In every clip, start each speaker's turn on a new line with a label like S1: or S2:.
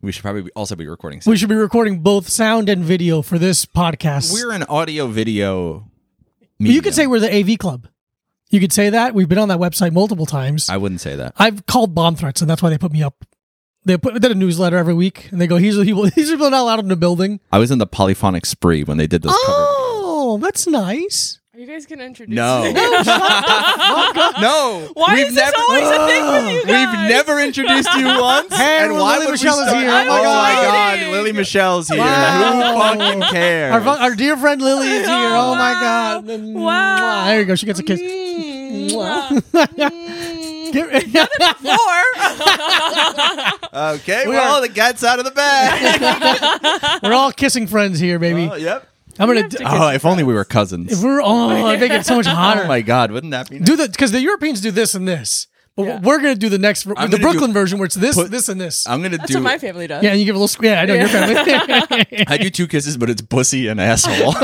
S1: We should probably also be recording.
S2: We should be recording both sound and video for this podcast.
S1: We're an audio video.
S2: But you could say we're the AV Club. You could say that. We've been on that website multiple times.
S1: I wouldn't say that.
S2: I've called bomb threats, and that's why they put me up. They put did a newsletter every week, and they go, "These are the people. These are people not allowed in the building."
S1: I was in the polyphonic spree when they did this
S2: Oh, that's nice.
S3: Are you guys gonna introduce?
S1: No.
S3: me?
S1: No, cover. No,
S3: Why
S1: we've
S3: is
S1: never-
S3: this always a thing with you guys?
S1: We've never introduced you once.
S2: Hey,
S1: and why
S2: Lily
S1: would
S2: Michelle
S1: we
S2: is
S1: start-
S2: here. Oh my
S1: Oh
S2: God.
S1: my
S3: Exciting.
S1: god, Lily Michelle's here.
S2: Wow.
S1: Who fucking cares?
S2: Our, fu- our dear friend Lily is here. Oh my god!
S3: Wow.
S2: There you go. She gets a kiss.
S3: Mm.
S2: Give-
S1: okay,
S2: We
S1: well,
S2: are-
S1: the cat's out of the bag.
S2: We're all kissing friends here, baby.
S1: Oh, yep.
S2: I'm gonna.
S3: have to
S2: d-
S3: kiss
S1: Oh, if only we were cousins.
S2: if we're oh, I make it so much
S1: oh
S2: hotter.
S1: my god, wouldn't that be? nice?
S2: do the because the Europeans do this and this, but
S3: Yeah.
S2: we're gonna do the next
S1: I'm
S2: the
S1: gonna do-
S2: Brooklyn version where it's this,
S1: Put-
S2: this, and this.
S1: I'm gonna
S3: That's
S1: do.
S3: what my family does.
S2: yeah, and you give a little squeak. Yeah, I know your family.
S1: I do two kisses, but it's bussy and asshole.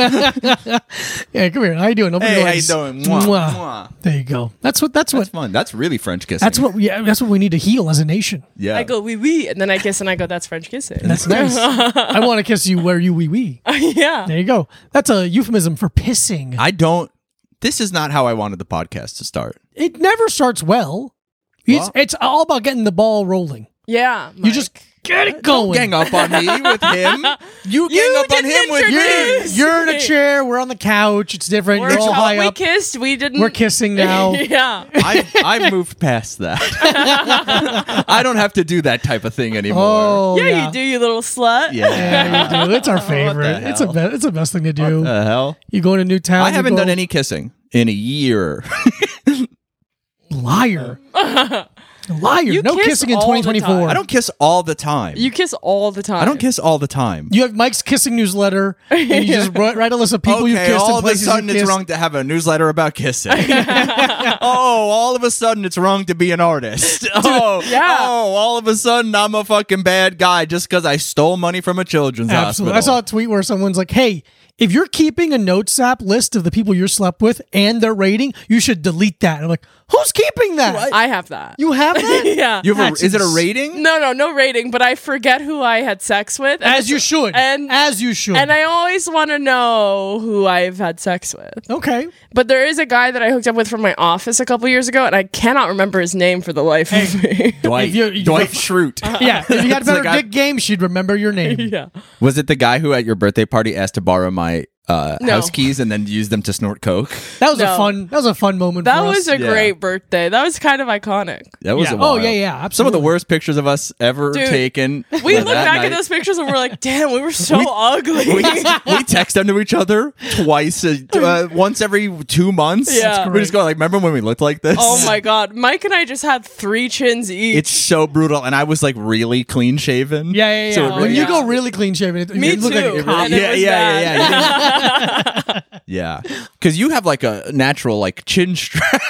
S2: yeah, come here. How you doing? Open
S1: hey,
S2: your
S1: how you
S2: legs.
S1: doing? Mwah,
S2: Mwah.
S1: mwah.
S2: There you go. That's what. That's,
S1: That's
S2: what.
S1: fun. That's really French kissing.
S2: That's what. Yeah, that's what we need to heal as a nation.
S1: Yeah.
S3: I go wee wee, and then I kiss, and I go, "That's French kissing."
S2: That's nice. I want to kiss you where you wee wee.
S3: yeah.
S2: There you go. That's a euphemism for pissing.
S1: I don't. This is not how I wanted the podcast to start.
S2: It never starts well. It's
S1: Well-
S2: it's all about getting the ball rolling.
S3: Yeah.
S2: You just get it going.
S1: Gang up on me with him. You gang
S3: You
S1: up on
S3: didn't
S1: him with
S2: You're,
S1: me.
S3: introduce-
S2: you're in a chair. We're on the couch. It's different.
S3: We're
S2: you're all
S3: all-
S2: high
S3: we
S2: up.
S3: kissed. We didn't.
S2: We're kissing now.
S3: yeah.
S1: I I moved past that. I don't have to do that type of thing anymore.
S2: Oh
S3: yeah, you do, you little slut.
S1: Yeah.
S2: Yeah, you do. It's our favorite. It's a
S1: hell?
S2: be- it's the best thing to do.
S1: The hell.
S2: You go in a new town.
S1: I
S2: you
S1: haven't
S2: go,
S1: done any kissing in a year.
S2: liar. liar.
S3: You
S2: no
S3: kiss
S2: kissing in
S3: all the
S2: 2024.
S3: time.
S1: I don't kiss all the time.
S3: You kiss all the time.
S1: I don't kiss all the time.
S2: You have Mike's kissing newsletter, and you just write, write a list of people
S1: okay,
S2: you've kissed
S1: all of
S2: and
S1: a
S2: places
S1: sudden
S2: you
S1: it's
S2: kissed.
S1: wrong to have a newsletter about kissing. oh, all of a sudden it's wrong to be an artist. Oh,
S3: yeah.
S1: Oh, all of a sudden I'm a fucking bad guy just because I stole money from a children's
S2: Absolutely. I
S1: hospital.
S2: saw a tweet where someone's like, "Hey, if you're keeping a notes app list of the people you slept with and their rating, you should delete that." And I'm like, "Who's keeping that?
S3: I have that.
S2: You have that?
S3: yeah.
S1: You have a,
S2: That's
S1: is it a
S2: ins-
S1: rating?
S3: no, no, no rating, but I forget who I had sex with. And,
S2: As you should.
S3: And-
S2: as you should.
S3: and I always want to know who I've had sex with.
S2: okay.
S3: But there is a guy that I hooked up with from my office a couple years ago, and I cannot remember his name for the life of me.
S1: Dwight,
S2: If you- you-
S1: Dwight Schrute.
S2: Yeah, if you had
S1: It's like
S2: better
S1: I-
S2: dick game, she'd remember your name.
S3: yeah.
S1: Was it the guy who at your birthday party asked to borrow my uh,
S3: No.
S1: house keys and then used them to snort coke?
S2: That was a
S3: No.
S2: fun. That was a fun moment.
S3: That
S2: for us.
S3: was a
S1: Yeah.
S3: great birthday. That was kind of iconic.
S1: That was
S2: Yeah.
S1: a
S2: Oh,
S1: wild-
S2: yeah, yeah,
S1: Some of the
S2: absolutely.
S1: worst pictures of us ever
S3: Dude,
S1: taken.
S3: We
S1: were
S3: look
S1: that
S3: back at
S1: night.
S3: those pictures and we're like, damn, we were so
S1: We-
S3: ugly.
S1: we, we text them to each other twice, uh, uh, once every two months.
S3: Yeah. That's
S1: we just go like, "Remember when we looked like this?"
S3: oh my god. Mike and I just had three chins each.
S1: it's so brutal. And I was like really clean shaven.
S2: Yeah, yeah, yeah.
S1: So it
S2: when
S1: really-
S2: you go really clean shaven, it,
S3: Me
S2: you look
S3: too.
S2: like a cop.
S3: And it
S1: yeah, yeah,
S3: was
S1: yeah,
S3: bad.
S1: yeah, yeah, yeah. Because you have like a natural like chin strap.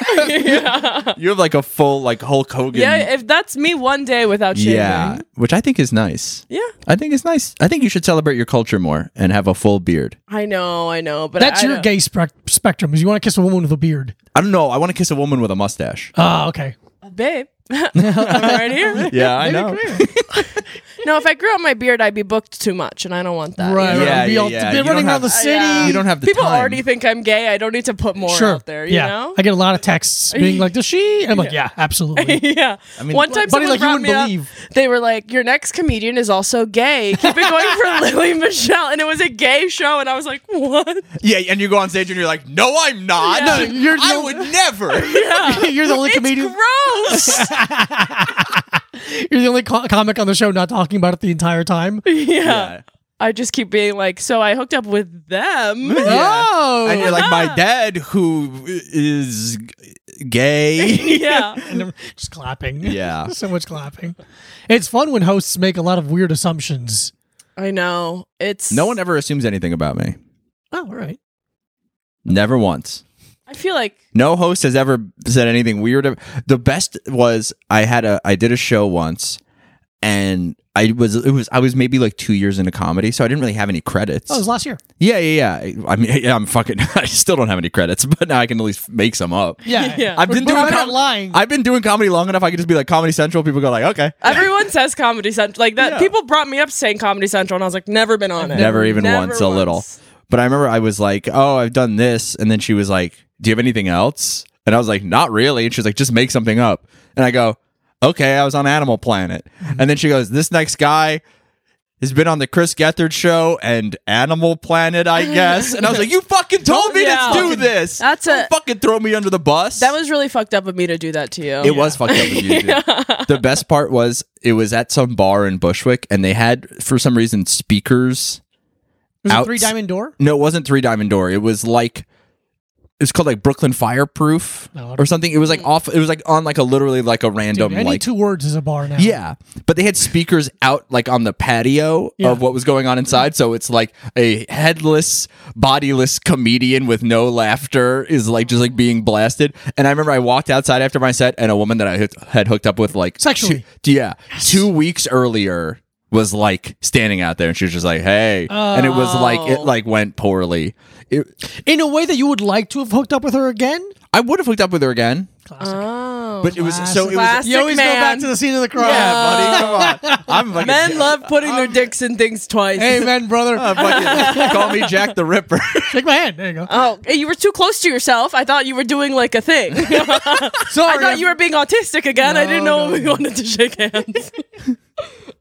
S1: You have like a full like Hulk Hogan.
S3: Yeah, if that's me one day without shaving.
S1: yeah, which I think is nice.
S3: Yeah.
S1: I think it's nice. I think you should celebrate your culture more and have a full beard.
S3: I know, I know, but
S2: That's
S3: I
S2: your
S3: don't-
S2: gay spec spectrum. Is you want to kiss a woman with a beard?
S1: I don't know. I want to kiss a woman with a mustache.
S2: Ah, okay.
S3: babe. I'm right here.
S1: Yeah, I
S2: Maybe
S1: know.
S2: come here.
S3: No, if I grew out my beard, I'd be booked too much, and I don't want that.
S2: Right.
S1: Yeah,
S2: right. Be
S1: yeah,
S2: all-
S1: yeah.
S2: be
S1: You don't
S2: running
S1: have-
S2: around the
S1: Uh,
S2: city.
S3: yeah.
S1: You don't have the
S3: People
S1: time.
S3: already think I'm gay. I don't need to put more
S2: sure.
S3: out there. You
S2: yeah.
S3: know?
S2: I get a lot of texts being like, "Does she?" And I'm like, "Yeah, absolutely."
S3: yeah. I
S1: mean,
S3: mean, one time
S2: buddy,
S3: someone
S2: like, you
S3: brought
S2: wouldn't
S3: me up,
S2: believe.
S3: they were like, "Your next comedian is also gay. Keep it going for Lily Michelle." And it was a gay show, and I was like, "What?"
S1: Yeah, and you go on stage and you're like, "No, I'm not.
S3: Yeah. No,
S2: you're-
S1: I
S2: you're-
S1: would never."
S2: You're the only
S3: It's
S2: comedian.
S3: gross.
S2: You're the only co- comic on the show not talking about it the entire time.
S3: yeah. I just keep being like, "So I hooked up with them."
S2: Oh,
S1: And you're like, "My dad, who is gay."
S3: yeah.
S2: And I'm just clapping.
S1: Yeah.
S2: so much clapping. It's fun when hosts make a lot of weird assumptions.
S3: I know. It's
S1: no one ever assumes anything about me.
S2: Oh, all right.
S1: Never once.
S3: I feel like
S1: No host has ever said anything weird. The best was I had a I did a show once, and I I was it was I was maybe like two years into comedy, so I didn't really have any credits.
S2: Oh, it was last year.
S1: yeah, yeah, yeah. I mean, yeah, I'm fucking. I still don't have any credits, but now I can at least make some up.
S2: Yeah,
S3: Yeah.
S1: I've been
S2: We're
S1: doing
S2: better at lying.
S1: I've been doing comedy long enough. I can just be like Comedy Central. People go like, okay,
S3: Everyone says Comedy Central. Like that, people brought me up saying Comedy Central, and I was like, never been on it.
S1: never even
S3: Never
S1: once, a little.
S3: once.
S1: But I remember I was like, oh, I've done this, and then she was like, do you have anything else? And I was like, not really. And she's like, just make something up. And I go, okay, I was on Animal Planet,
S3: Mm-hmm.
S1: and then she goes, this next guy. Has been on the Chris Gethard show and Animal Planet, I guess. And I was like, "You fucking told me
S3: Yeah.
S1: to do this.
S3: That's
S1: Don't
S3: a-
S1: fucking throw me under the bus."
S3: That was really fucked up of me to do that to you.
S1: It was fucked up with you. dude. The best part was it was at some bar in Bushwick, and they had for some reason speakers.
S2: was it
S1: Outs-
S2: Three Diamond Door?
S1: No, it wasn't Three Diamond Door. It was like it's called like Brooklyn Fireproof
S2: No.
S1: or something. It was like off. It was like on like a literally like a random
S2: Any
S1: like
S2: two words is a bar now.
S1: yeah. But they had speakers out like on the patio
S2: Yeah.
S1: of what was going on inside. So it's like a headless, bodiless comedian with no laughter is like just like being blasted. And I remember I walked outside after my set and a woman that I hooked- had hooked up with like
S2: Sexually.
S1: two- yeah. Two weeks earlier was like standing out there and she was just like, hey. And it was like, it
S3: Oh.
S1: like went poorly. It,
S2: in a way that you would like to have hooked up with her again.
S1: I would have hooked up with her again,
S3: Oh.
S1: but it was so it was.
S3: Classic
S2: You always go back
S3: man.
S2: to the scene of the crime.
S1: Yeah, buddy, come on. I'm like
S3: Men love putting
S1: Um,
S3: their dicks in things twice.
S2: Amen, brother.
S1: fucking call me Jack the Ripper.
S2: Shake my hand. There you go.
S3: Oh, you were too close to yourself. I thought you were doing like a thing.
S2: Sorry,
S3: I thought you were being autistic again. I didn't know we wanted to shake hands.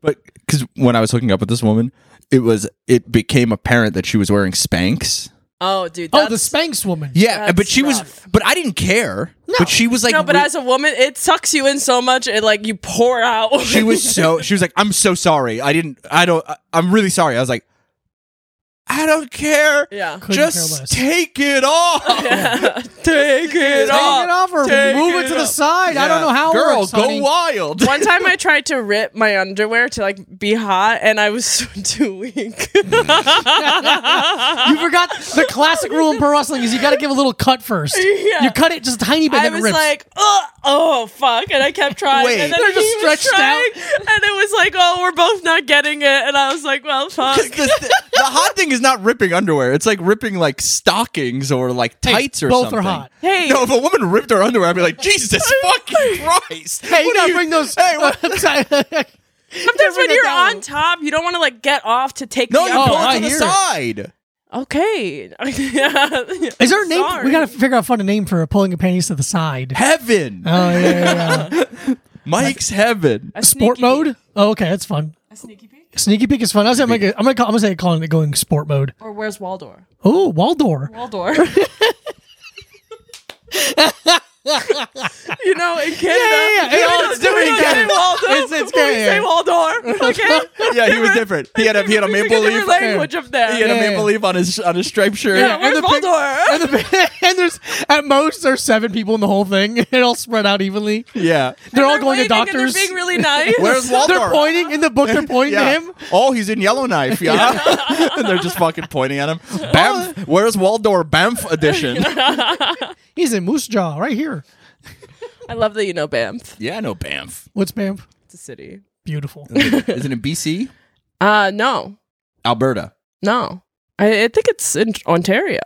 S1: but because when I was hooking up with this woman, it was it became apparent that she was wearing Spanx.
S3: oh, dude.
S2: Oh, the
S3: that's-
S2: Spanx woman.
S1: Yeah,
S3: That's
S1: but she was,
S3: rough.
S1: but I didn't care. But she was like,
S3: no, but
S1: re-
S3: as a woman, it sucks you in so much. It like you pour out.
S1: she was so, she was like, I'm so sorry. I didn't, I don't, I, I'm really sorry. I was like, I don't care.
S3: yeah.
S2: Couldn't care
S1: Just
S2: less.
S1: take it off.
S3: Take it
S2: Take it
S3: off.
S2: off or
S3: Take
S2: move
S3: it
S2: it to the
S3: off.
S2: side. I don't know how. it
S1: Girl,
S2: works,
S1: go
S2: honey.
S1: wild.
S3: One time I tried to rip my underwear to like be hot, and I was so too weak.
S2: You forgot the classic rule in pro wrestling is you got to give a little cut first.
S3: Yeah.
S2: You cut it just a tiny bit,
S3: I
S2: then it
S3: was
S2: rips.
S3: like, oh, oh, fuck, and I kept trying.
S1: Wait.
S3: and then
S2: They're
S3: he
S2: just
S3: was
S2: stretched
S3: trying, and it was like, oh, we're both not getting it, and I was like, well, fuck.
S1: 'Cause the, the hot thing is not ripping underwear. It's like ripping like stockings or like
S2: Hey,
S1: tights or
S2: both
S1: something.
S2: are hot.
S3: Hey,
S1: No, if a woman ripped her underwear, I'd be like, Jesus fucking Christ!
S2: hey, you
S1: What
S2: got
S1: are
S2: to bring those.
S1: Hey, what?
S3: sometimes when
S2: bring it
S3: you're
S2: down.
S3: on top, you don't want to like get off to take.
S1: No,
S3: the
S1: you
S2: Oh,
S1: pull
S3: elbow.
S1: it
S2: I
S1: to the
S2: hear it.
S1: side.
S3: Okay.
S2: Is there a name?
S3: Sorry.
S2: We got to figure out find a name for pulling your panties to the side.
S1: Heaven,
S2: Oh yeah, yeah, yeah.
S1: Mike's heaven.
S3: A
S2: sport
S3: sneaky
S2: mode.
S3: peek.
S2: Oh, okay, that's fun.
S3: A sneaky peek.
S2: Sneaky peek is fun. I was gonna make it, I'm gonna call, I'm gonna say calling it going sport mode.
S3: Or where's Waldor?
S2: Oh, Waldor.
S3: Waldor. you know, in Canada,
S2: yeah, yeah.
S3: we
S2: Yeah,
S3: don't-
S2: it's different in
S3: we don't say
S2: Canada.
S3: Waldor.
S2: It's- it's
S3: but we
S2: Canada.
S3: say Waldor. Okay.
S1: Yeah, he was different. He had a he had a
S3: It's
S1: maple
S3: a different
S1: leaf.
S3: language up there.
S1: He had a
S2: Yeah.
S1: maple leaf on his on his striped shirt.
S3: Yeah, where's
S2: and the pic-
S3: Waldor?
S2: and, the, and there's at most there's seven people in the whole thing. It all spread out evenly.
S1: Yeah.
S2: They're all going
S3: They're
S2: to
S3: waving and they're
S2: doctors.
S3: being really nice.
S1: Where's Waldor?
S2: They're pointing in the book. They're pointing
S1: Yeah.
S2: to him.
S1: Oh, he's in Yellowknife. Yeah. and they're just fucking pointing at him.
S2: Oh.
S1: Banff. Where's Waldor Banff edition?
S2: He's in Moose Jaw right here.
S3: I love that you know Banff.
S1: yeah, no Banff.
S2: What's Bamf?
S3: It's a city.
S2: Beautiful.
S1: Isn't it BC?
S3: Uh no,
S1: Alberta.
S3: no. I, I think it's in Ontario.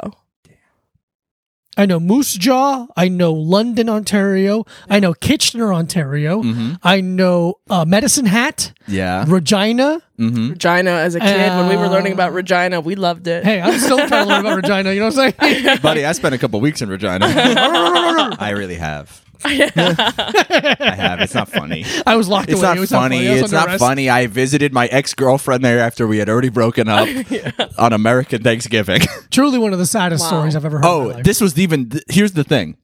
S2: I know Moose Jaw. I know London, Ontario. I know Kitchener, Ontario.
S3: Mm-hmm.
S2: I know uh, Medicine Hat,
S1: Yeah.
S2: Regina.
S1: Mm-hmm.
S3: Regina. As a kid, when we were learning
S2: Uh,
S3: about Regina, we loved it.
S2: Hey, I'm still trying to learn about Regina. You know what I'm saying?
S1: Buddy, I spent a couple weeks in Regina. I really have. I have. It's not funny.
S2: I was locked
S1: It's
S2: away.
S1: not
S2: It was
S1: funny.
S2: I was
S1: It's
S2: under
S1: not
S2: arrest.
S1: funny. I visited my ex girlfriend there after we had already broken up on American Thanksgiving.
S2: Truly one of the saddest
S3: Wow.
S2: stories I've ever heard. in my
S1: oh,
S2: life.
S1: this was even. th- here's the thing.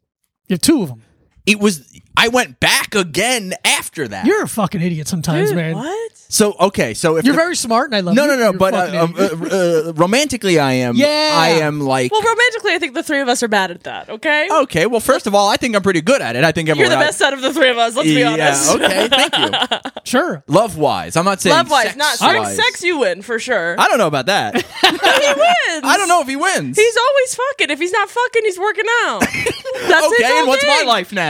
S2: you have two of them.
S1: It was. I went back again after that.
S2: You're a fucking idiot sometimes,
S3: Dude,
S2: man.
S3: what?
S1: so okay. So if
S2: You're
S1: the-
S2: very smart, and I love
S1: no,
S2: you.
S1: no, no.
S2: You're a
S1: But
S2: fucking
S1: uh, um,
S2: idiot.
S1: uh, uh, romantically, I am.
S2: Yeah.
S1: I am like.
S3: Well, romantically, I think the three of us are bad at that. Okay.
S1: okay. Well, first of all, I think I'm pretty good at it. Oh, I think
S3: You're
S1: everyone.
S3: the
S1: out-
S3: best out of the three of us. Let's be
S1: Yeah.
S3: honest.
S1: Okay. Thank you.
S2: sure.
S1: Love wise, I'm not saying
S3: Love wise, not certain
S1: sex-wise.
S3: sex. You win for sure.
S1: I don't know about that.
S3: he wins.
S1: I don't know if he wins.
S3: He's always fucking. If he's not fucking, he's working out. That's his
S1: okay.
S3: whole
S1: And what's my
S3: thing.
S1: life now?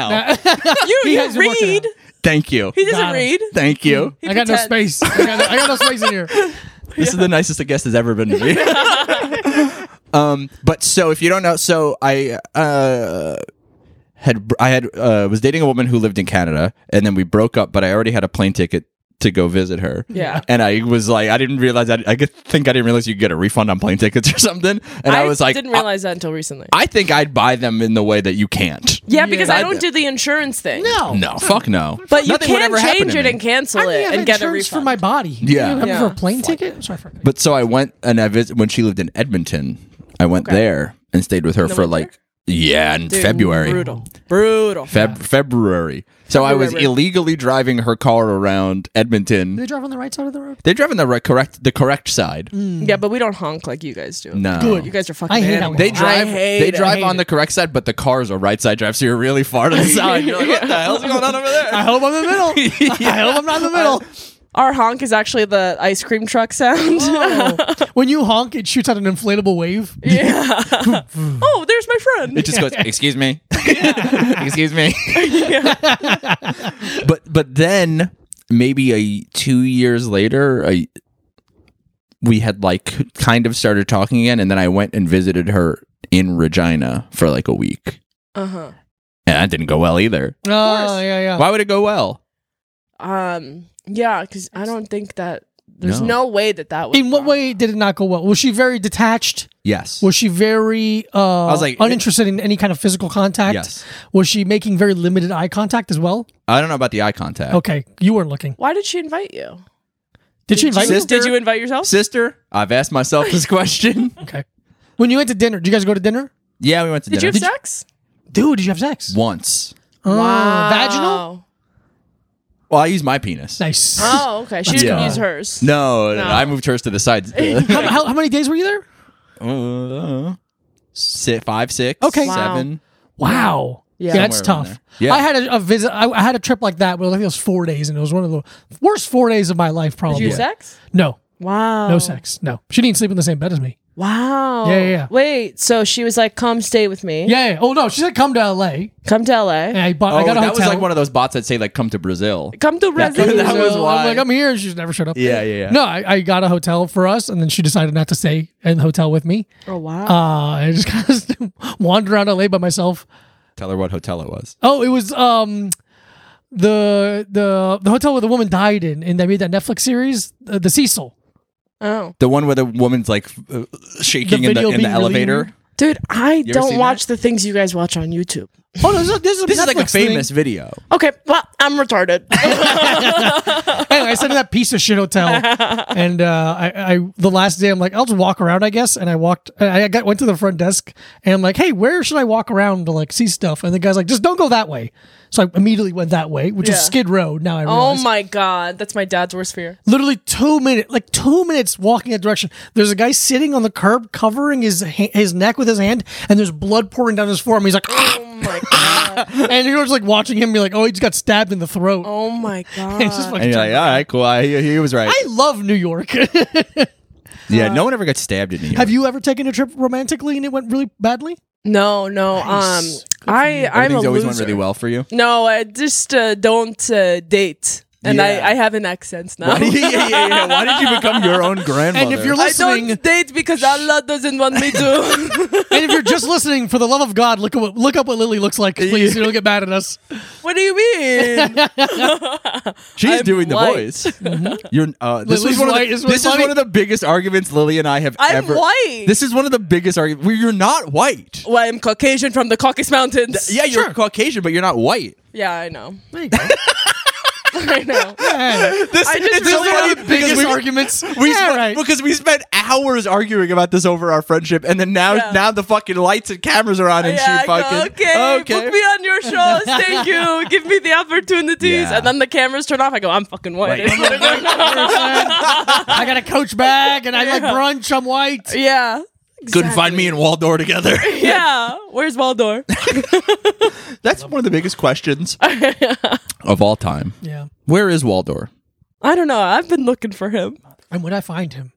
S3: You, you
S2: has been working
S3: read.
S1: Thank you.
S3: He doesn't
S2: Got it.
S3: read.
S1: Thank you.
S2: I got no
S3: pretends.
S2: space. I got, I got no space in here.
S1: This is the nicest a guest has ever been to me. um, but so if you don't know, so I uh had I had uh was dating a woman who lived in Canada, and then we broke up. But I already had a plane ticket to go visit her.
S3: Yeah.
S1: And I was like, I didn't realize. I, I could- think I didn't realize you could get a refund on plane tickets or something. And I, was like,
S3: didn't
S1: I,
S3: realize that until recently.
S1: I think I'd buy them in the way that you can't.
S3: yeah, because I
S1: I
S3: don't
S1: did.
S3: do the insurance thing.
S2: No.
S1: No, fuck no.
S3: But you
S1: Nothing would
S3: can
S1: ever happen
S3: change
S1: to
S3: it
S1: me.
S3: and cancel
S2: I already
S3: it
S2: have
S3: and get a
S2: insurance
S3: refund.
S2: for my body.
S1: Yeah.
S2: You have it
S3: Yeah.
S2: for a plane ticket? I'm sorry, I forgot.
S1: But so I went and I visit when she lived in Edmonton. I went there and stayed with her for
S3: winter?
S1: like yeah in
S3: Dude,
S1: February.
S3: Brutal. Brutal.
S1: Feb- February. So I was
S3: February.
S1: illegally driving her car around
S2: Do
S1: Edmonton.
S2: they drive on the right side of the road?
S1: They're driving the right, correct the correct side.
S3: yeah, but we don't honk like you guys do.
S1: No.
S3: You guys are fucking
S2: I hate
S3: animals.
S2: that
S1: They
S2: I
S1: drive
S3: hate
S1: they
S3: it. I
S1: drive
S3: hate
S1: on the correct side, but the cars are right side drive, so you're really far to the side. You're like, what the hell's going on over there?
S2: I hope I'm in the middle. I hope I'm not in the middle.
S3: Our honk is actually the ice cream truck sound.
S2: Oh. when you honk, it shoots out an inflatable wave.
S3: yeah. oh, there's my friend.
S1: It just goes, excuse me. excuse me. but but then maybe a two years later, a, we had like kind of started talking again, and then I went and visited her in Regina for like a week.
S3: uh huh.
S1: And that didn't go well either.
S2: Oh, yeah, yeah.
S1: Why would it go well?
S3: Um. Yeah, because I don't think that there's
S1: No.
S3: no, way that that would.
S2: In what way did it not go well? Was she very detached?
S1: Yes.
S2: Was she very uh,
S1: was like-
S2: uninterested in any kind of physical contact?
S1: Yes.
S2: Was she making very limited eye contact as well?
S1: I don't know about the eye contact.
S2: Okay, you weren't looking.
S3: Why did she invite you?
S2: Did she invite you?
S1: Sis- Sister-
S3: Did you invite yourself?
S1: Sister, I've asked myself this question.
S2: Okay. When you went to dinner, did you guys go to dinner?
S1: yeah, we went to
S3: Did you
S1: dinner
S3: have sex?
S2: Dude, did you have sex?
S1: once.
S2: Oh,
S3: Wow.
S2: Vaginal?
S1: Well, I used my penis.
S2: Nice.
S3: Oh, okay. She
S2: Let's
S3: didn't
S1: go.
S3: use hers.
S1: No, no,
S3: No.
S1: I moved hers to the side.
S2: How, how, how many days were you there?
S1: Uh, si- five, six,
S2: Okay.
S3: Wow.
S1: seven.
S2: Wow.
S3: Yeah.
S2: Yeah, that's
S1: Somewhere around
S2: tough.
S1: there. Yeah.
S2: I had a, a visit. I, I had a trip like that. Well, I think it was four days, and it was one of the worst four days of my life,
S3: Did
S2: probably.
S3: you have sex? Oh.
S2: No,
S3: Wow.
S2: no sex. No, she didn't sleep in the same bed as me.
S3: Wow.
S2: Yeah, yeah, yeah.
S3: Wait. So she was like, "Come stay with me.
S2: Yeah. yeah. Oh no, she said come to L.A.
S3: Come to LA.
S2: And I bought.
S1: Oh,
S2: I got a
S1: that
S2: hotel.
S1: was like one of those bots that say like "come to Brazil."
S3: Come to
S1: that was
S3: residence.
S2: So
S1: why-
S2: I'm like, I'm here. and She's never showed up.
S1: Yeah, yeah, yeah.
S2: No, I, I got a hotel for us, and then she decided not to stay in the hotel with me.
S3: oh wow.
S2: Uh, I just kind of wandered around LA by myself.
S1: Tell her what hotel it was.
S2: Oh, it was um the the the hotel where the woman died in, and they made that Netflix series, uh, the Cecil.
S3: oh,
S1: The one where the woman's like uh, shaking
S2: The
S1: in the
S2: video
S1: in the
S2: being really
S1: elevator.
S2: weird.
S3: dude, I
S1: ever
S3: don't
S1: seen
S3: watch the things you guys watch on YouTube.
S2: Oh no, this is, this is, a
S1: This is like a
S2: Netflix thing.
S1: famous video.
S3: Okay. Well, I'm retarded.
S2: anyway, I stayed in that piece of shit hotel, and uh, I, I the last day I'm like, I'll just walk around, I guess. And I walked, I I got went to the front desk, and I'm like, hey, where should I walk around to like see stuff? And the guy's like, just don't go that way. So I immediately went that way, which
S3: Yeah.
S2: is Skid Row. Now I
S3: oh
S2: realize.
S3: my god, that's my dad's worst fear.
S2: Literally two minutes, like two minutes walking that direction. There's a guy sitting on the curb, covering his ha- his neck with his hand, and there's blood pouring down his forearm. He's like, "Ah!"
S3: Oh my god.
S2: and you're just like watching him be like, oh, he just got stabbed in the throat.
S3: Oh my god.
S2: It's just fucking
S1: And you're like, "Ah!"
S2: terrible.
S1: all right, cool. I, he, he was right.
S2: I love New York.
S1: yeah, no one ever got stabbed in New York.
S2: Have you ever taken a trip romantically and it went really badly?
S3: no, no.
S2: Nice.
S3: Um, I I'm
S1: Everything's
S3: a loser.
S1: always went really well for you.
S3: No, I just uh, don't uh, date, and
S1: Yeah.
S3: I I have an accent now.
S1: yeah, yeah, yeah, yeah. Why did you become your own grandmother?
S2: And if you're
S3: I
S2: listening,
S3: don't date because Allah doesn't want me to.
S2: and if you're just listening, for the love of God, look at what, look up what Lily looks like, please. you don't get mad at us.
S3: what do you mean?
S1: She's
S3: I'm
S1: doing the
S3: white.
S1: voice. You're uh, this
S2: Mm-hmm. Lily's
S1: was one of the,
S2: white,
S1: this
S2: is
S1: was
S2: white.
S1: one of the biggest arguments Lily and I have
S3: I'm
S1: ever.
S3: white.
S1: This is one of the biggest arguments. Well, you're not white.
S3: well, I'm Caucasian from the Caucasus Mountains.
S1: Yeah, you're Caucasian, but you're not white.
S3: yeah, I know.
S2: There you go.
S3: I know.
S2: Hey.
S1: This,
S3: I just
S1: this is
S3: really
S1: one of
S3: have
S1: the
S2: biggest
S1: biggest we,
S2: arguments.
S1: We
S2: yeah,
S1: spent,
S2: right.
S1: because we spent hours arguing about this over our friendship, and then now
S3: Yeah.
S1: now the fucking lights and cameras are on, and
S3: yeah,
S1: she
S3: I
S1: fucking
S3: go, okay, put me on your shows. Thank you. Give me the opportunities.
S1: Yeah.
S3: And then the cameras turn off. I go, I'm fucking white.
S1: Right.
S2: I got a coach bag and I like brunch. I'm white.
S3: yeah.
S1: Couldn't find me in Waldor together.
S3: Yeah. Where's Waldor?
S1: That's one of the biggest questions of all time.
S2: Yeah.
S1: Where is Waldor?
S3: I don't know. I've been looking for him.
S2: And when I find him,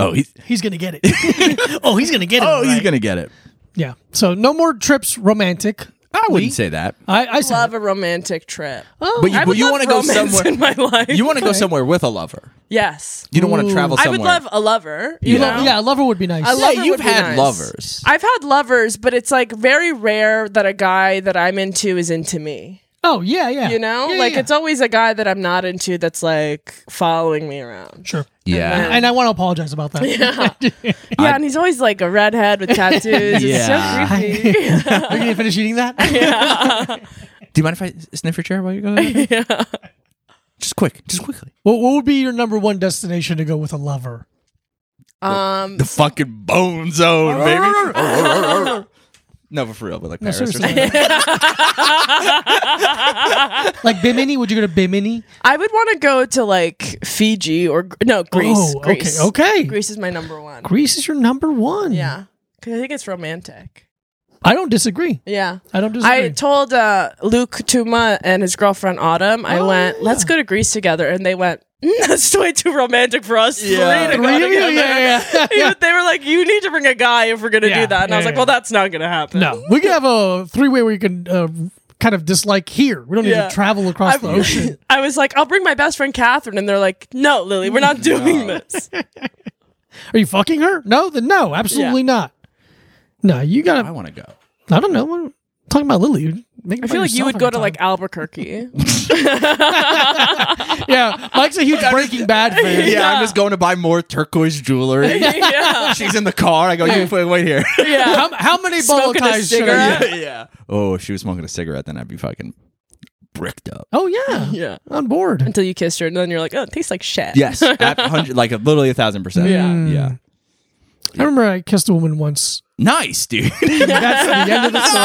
S1: Oh, he's
S2: he's gonna get it. oh, he's gonna get it.
S1: oh, he's
S2: right.
S1: gonna get it.
S2: Yeah. So no more trips romantic.
S1: I wouldn't say that.
S2: I, I said
S3: love a romantic trip. Oh,
S1: But you,
S3: I would
S1: you
S3: love
S1: want to go
S3: romance
S1: somewhere
S3: in my life.
S1: You want to go somewhere with a lover.
S3: yes.
S1: You don't want to travel
S3: I
S1: somewhere.
S3: would love a lover. You
S1: You
S3: know?
S1: love-
S2: yeah, a lover would be nice.
S3: A
S1: Yeah,
S3: lover
S1: you've
S3: would be
S1: had
S3: nice.
S1: lovers.
S3: I've had lovers, but it's like very rare that a guy that I'm into is into me.
S2: oh yeah, yeah.
S3: You know,
S2: Yeah, yeah,
S3: like
S2: yeah.
S3: it's always a guy that I'm not into that's like following me around.
S2: sure.
S1: yeah.
S2: And I want to apologize about that.
S3: Yeah, yeah, and he's always like a redhead with tattoos.
S1: Yeah.
S3: It's so creepy.
S2: Are you gonna finish eating that?
S1: Do you mind if I sniff your chair while you go? yeah. Just quick, just quickly.
S2: What, what would be your number one destination to go with a lover?
S3: um,
S1: The fucking bone zone, baby. no, but for real, but like Paris or something.
S2: like Bimini? Would you go to Bimini?
S3: I would want to go to like Fiji or no Greece.
S2: Oh,
S3: Greece.
S2: okay, okay.
S3: Greece is my number one.
S2: Greece is your number one.
S3: Yeah, because I think it's romantic.
S2: I don't disagree.
S3: Yeah.
S2: I don't disagree.
S3: I told uh, Luke Tuma and his girlfriend Autumn,
S2: Oh,
S3: I went, let's go to Greece together. And they went, "Mm, that's way too romantic for us
S1: Yeah.
S3: three to
S2: Three
S3: go
S2: of you?
S3: together.
S2: Yeah, yeah, yeah.
S3: Even- they were like, you need to bring a guy if we're going to
S2: Yeah,
S3: do that. And I was
S2: yeah,
S3: like,
S2: yeah.
S3: well, that's not going to happen.
S2: no, we can have a three way where you can uh, kind of dislike here. We don't need
S3: Yeah.
S2: to travel across the ocean.
S3: I was like, I'll bring my best friend Catherine. And they're like, no, Lily, we're not doing this.
S2: Are you fucking her? No, then no, absolutely
S3: Yeah.
S2: not. No, you
S1: I
S2: gotta.
S1: want to go.
S2: I don't know. We're talking about Lily.
S3: I feel like you would go to like Albuquerque.
S2: yeah. Mike's a huge Breaking Bad fan.
S1: Yeah, I'm just going to buy more turquoise jewelry.
S3: yeah.
S1: She's in the car. I go, you wait, wait here.
S3: Yeah.
S2: How, how many bolo
S3: Smoking a
S2: ties? should I-
S3: cigarette?
S2: Yeah.
S1: yeah. Oh, if she was smoking a cigarette, then I'd be fucking bricked up.
S2: Oh yeah.
S3: Yeah.
S2: On board.
S3: Until you kissed her. And then you're like, oh, it tastes like shit.
S1: Yes, at hundred, like literally a thousand percent.
S3: Yeah.
S1: yeah.
S2: I remember I kissed a woman once.
S1: Nice, dude.
S2: That's the end of the story.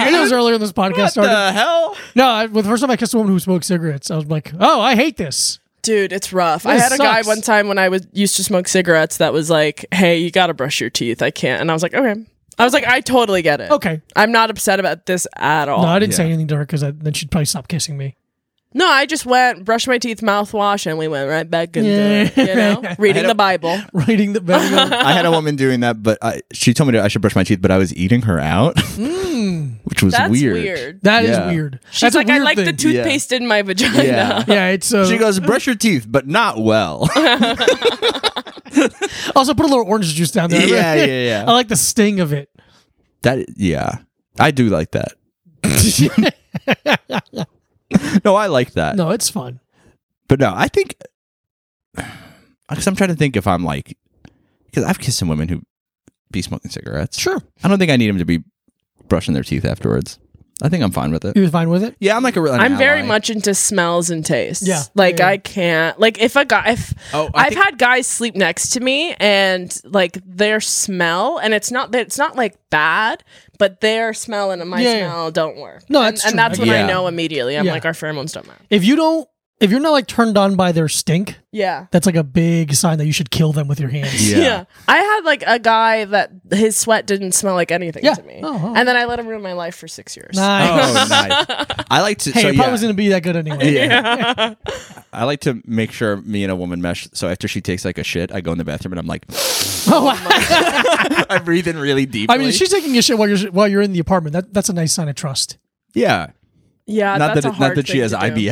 S2: I think it was earlier in this podcast
S1: what
S2: started.
S1: the hell?
S2: No, I, well, the first time I kissed a woman who smoked cigarettes, I was like, "Oh, I hate this."
S3: Dude, it's rough. I
S2: It
S3: had a guy
S2: sucks.
S3: one time when I was used to smoke cigarettes that was like, "Hey, you got to brush your teeth. I can't." And I was like, "Okay." I was like, "I totally get it.
S2: Okay,
S3: I'm not upset about this at all."
S2: no, I didn't say
S1: yeah.
S2: anything to her because then she'd probably stop kissing me.
S3: no, I just went, brushed my teeth, mouthwash, and we went right back into it, you know, reading the Bible.
S2: Writing the bed.
S1: I had a woman doing that, but I, she told me to, I should brush my teeth, but I was eating her out, which was
S3: Hmm. That's
S1: weird.
S3: weird.
S2: That is
S1: Yeah.
S2: weird.
S3: She's
S2: That's a
S3: like, "I
S2: weird
S3: like the
S2: thing.
S3: toothpaste in my vagina."
S1: Yeah.
S2: Yeah, it's uh,
S1: She goes, brush your teeth, but not well.
S2: also put a little orange juice down there.
S1: Yeah, yeah, yeah.
S2: I like the sting of it.
S1: that, yeah, I do like that. no, I like that.
S2: No, it's fun.
S1: But no, I think because I'm trying to think if I'm like because I've kissed some women who be smoking cigarettes.
S2: Sure,
S1: I don't think I need them to be brushing their teeth afterwards. I think I'm fine with it.
S2: you was fine with it.
S1: Yeah, I'm like a real. an
S3: I'm very
S1: ally.
S3: much into smells and tastes.
S2: Yeah.
S3: Like
S2: Yeah, yeah.
S3: I can't like if a guy if
S1: Oh, I
S3: I've
S1: think-
S3: had guys sleep next to me and like their smell and it's not that it's not like bad, but their smell and my
S2: Yeah, yeah.
S3: smell don't work.
S2: No,
S3: and,
S2: that's
S3: and
S2: true.
S3: that's when
S1: Yeah.
S3: I know immediately. I'm
S2: Yeah.
S3: like our pheromones don't match.
S2: If you don't, if you're not like turned on by their stink,
S3: Yeah.
S2: that's like a big sign that you should kill them with your hands.
S1: Yeah.
S3: I had like a guy that his sweat didn't smell like anything
S2: Yeah.
S3: to me.
S2: Oh, oh.
S3: And then I let him ruin my life for six years.
S2: Nice.
S1: Oh, nice. I like to.
S2: Hey,
S1: so,
S2: it probably
S1: yeah,
S2: wasn't gonna be that good anyway.
S1: yeah. I like to make sure me and a woman mesh. So after she takes like a shit, I go in the bathroom and I'm like,
S2: Oh, wow.
S1: I breathe in really deeply.
S2: I mean, if she's taking a shit while you're while you're in the apartment. That that's a nice sign of trust.
S1: yeah.
S3: Yeah.
S1: Not
S3: Uh,
S1: that
S3: that's a
S1: it,
S3: hard
S1: not that she has
S3: thing to do.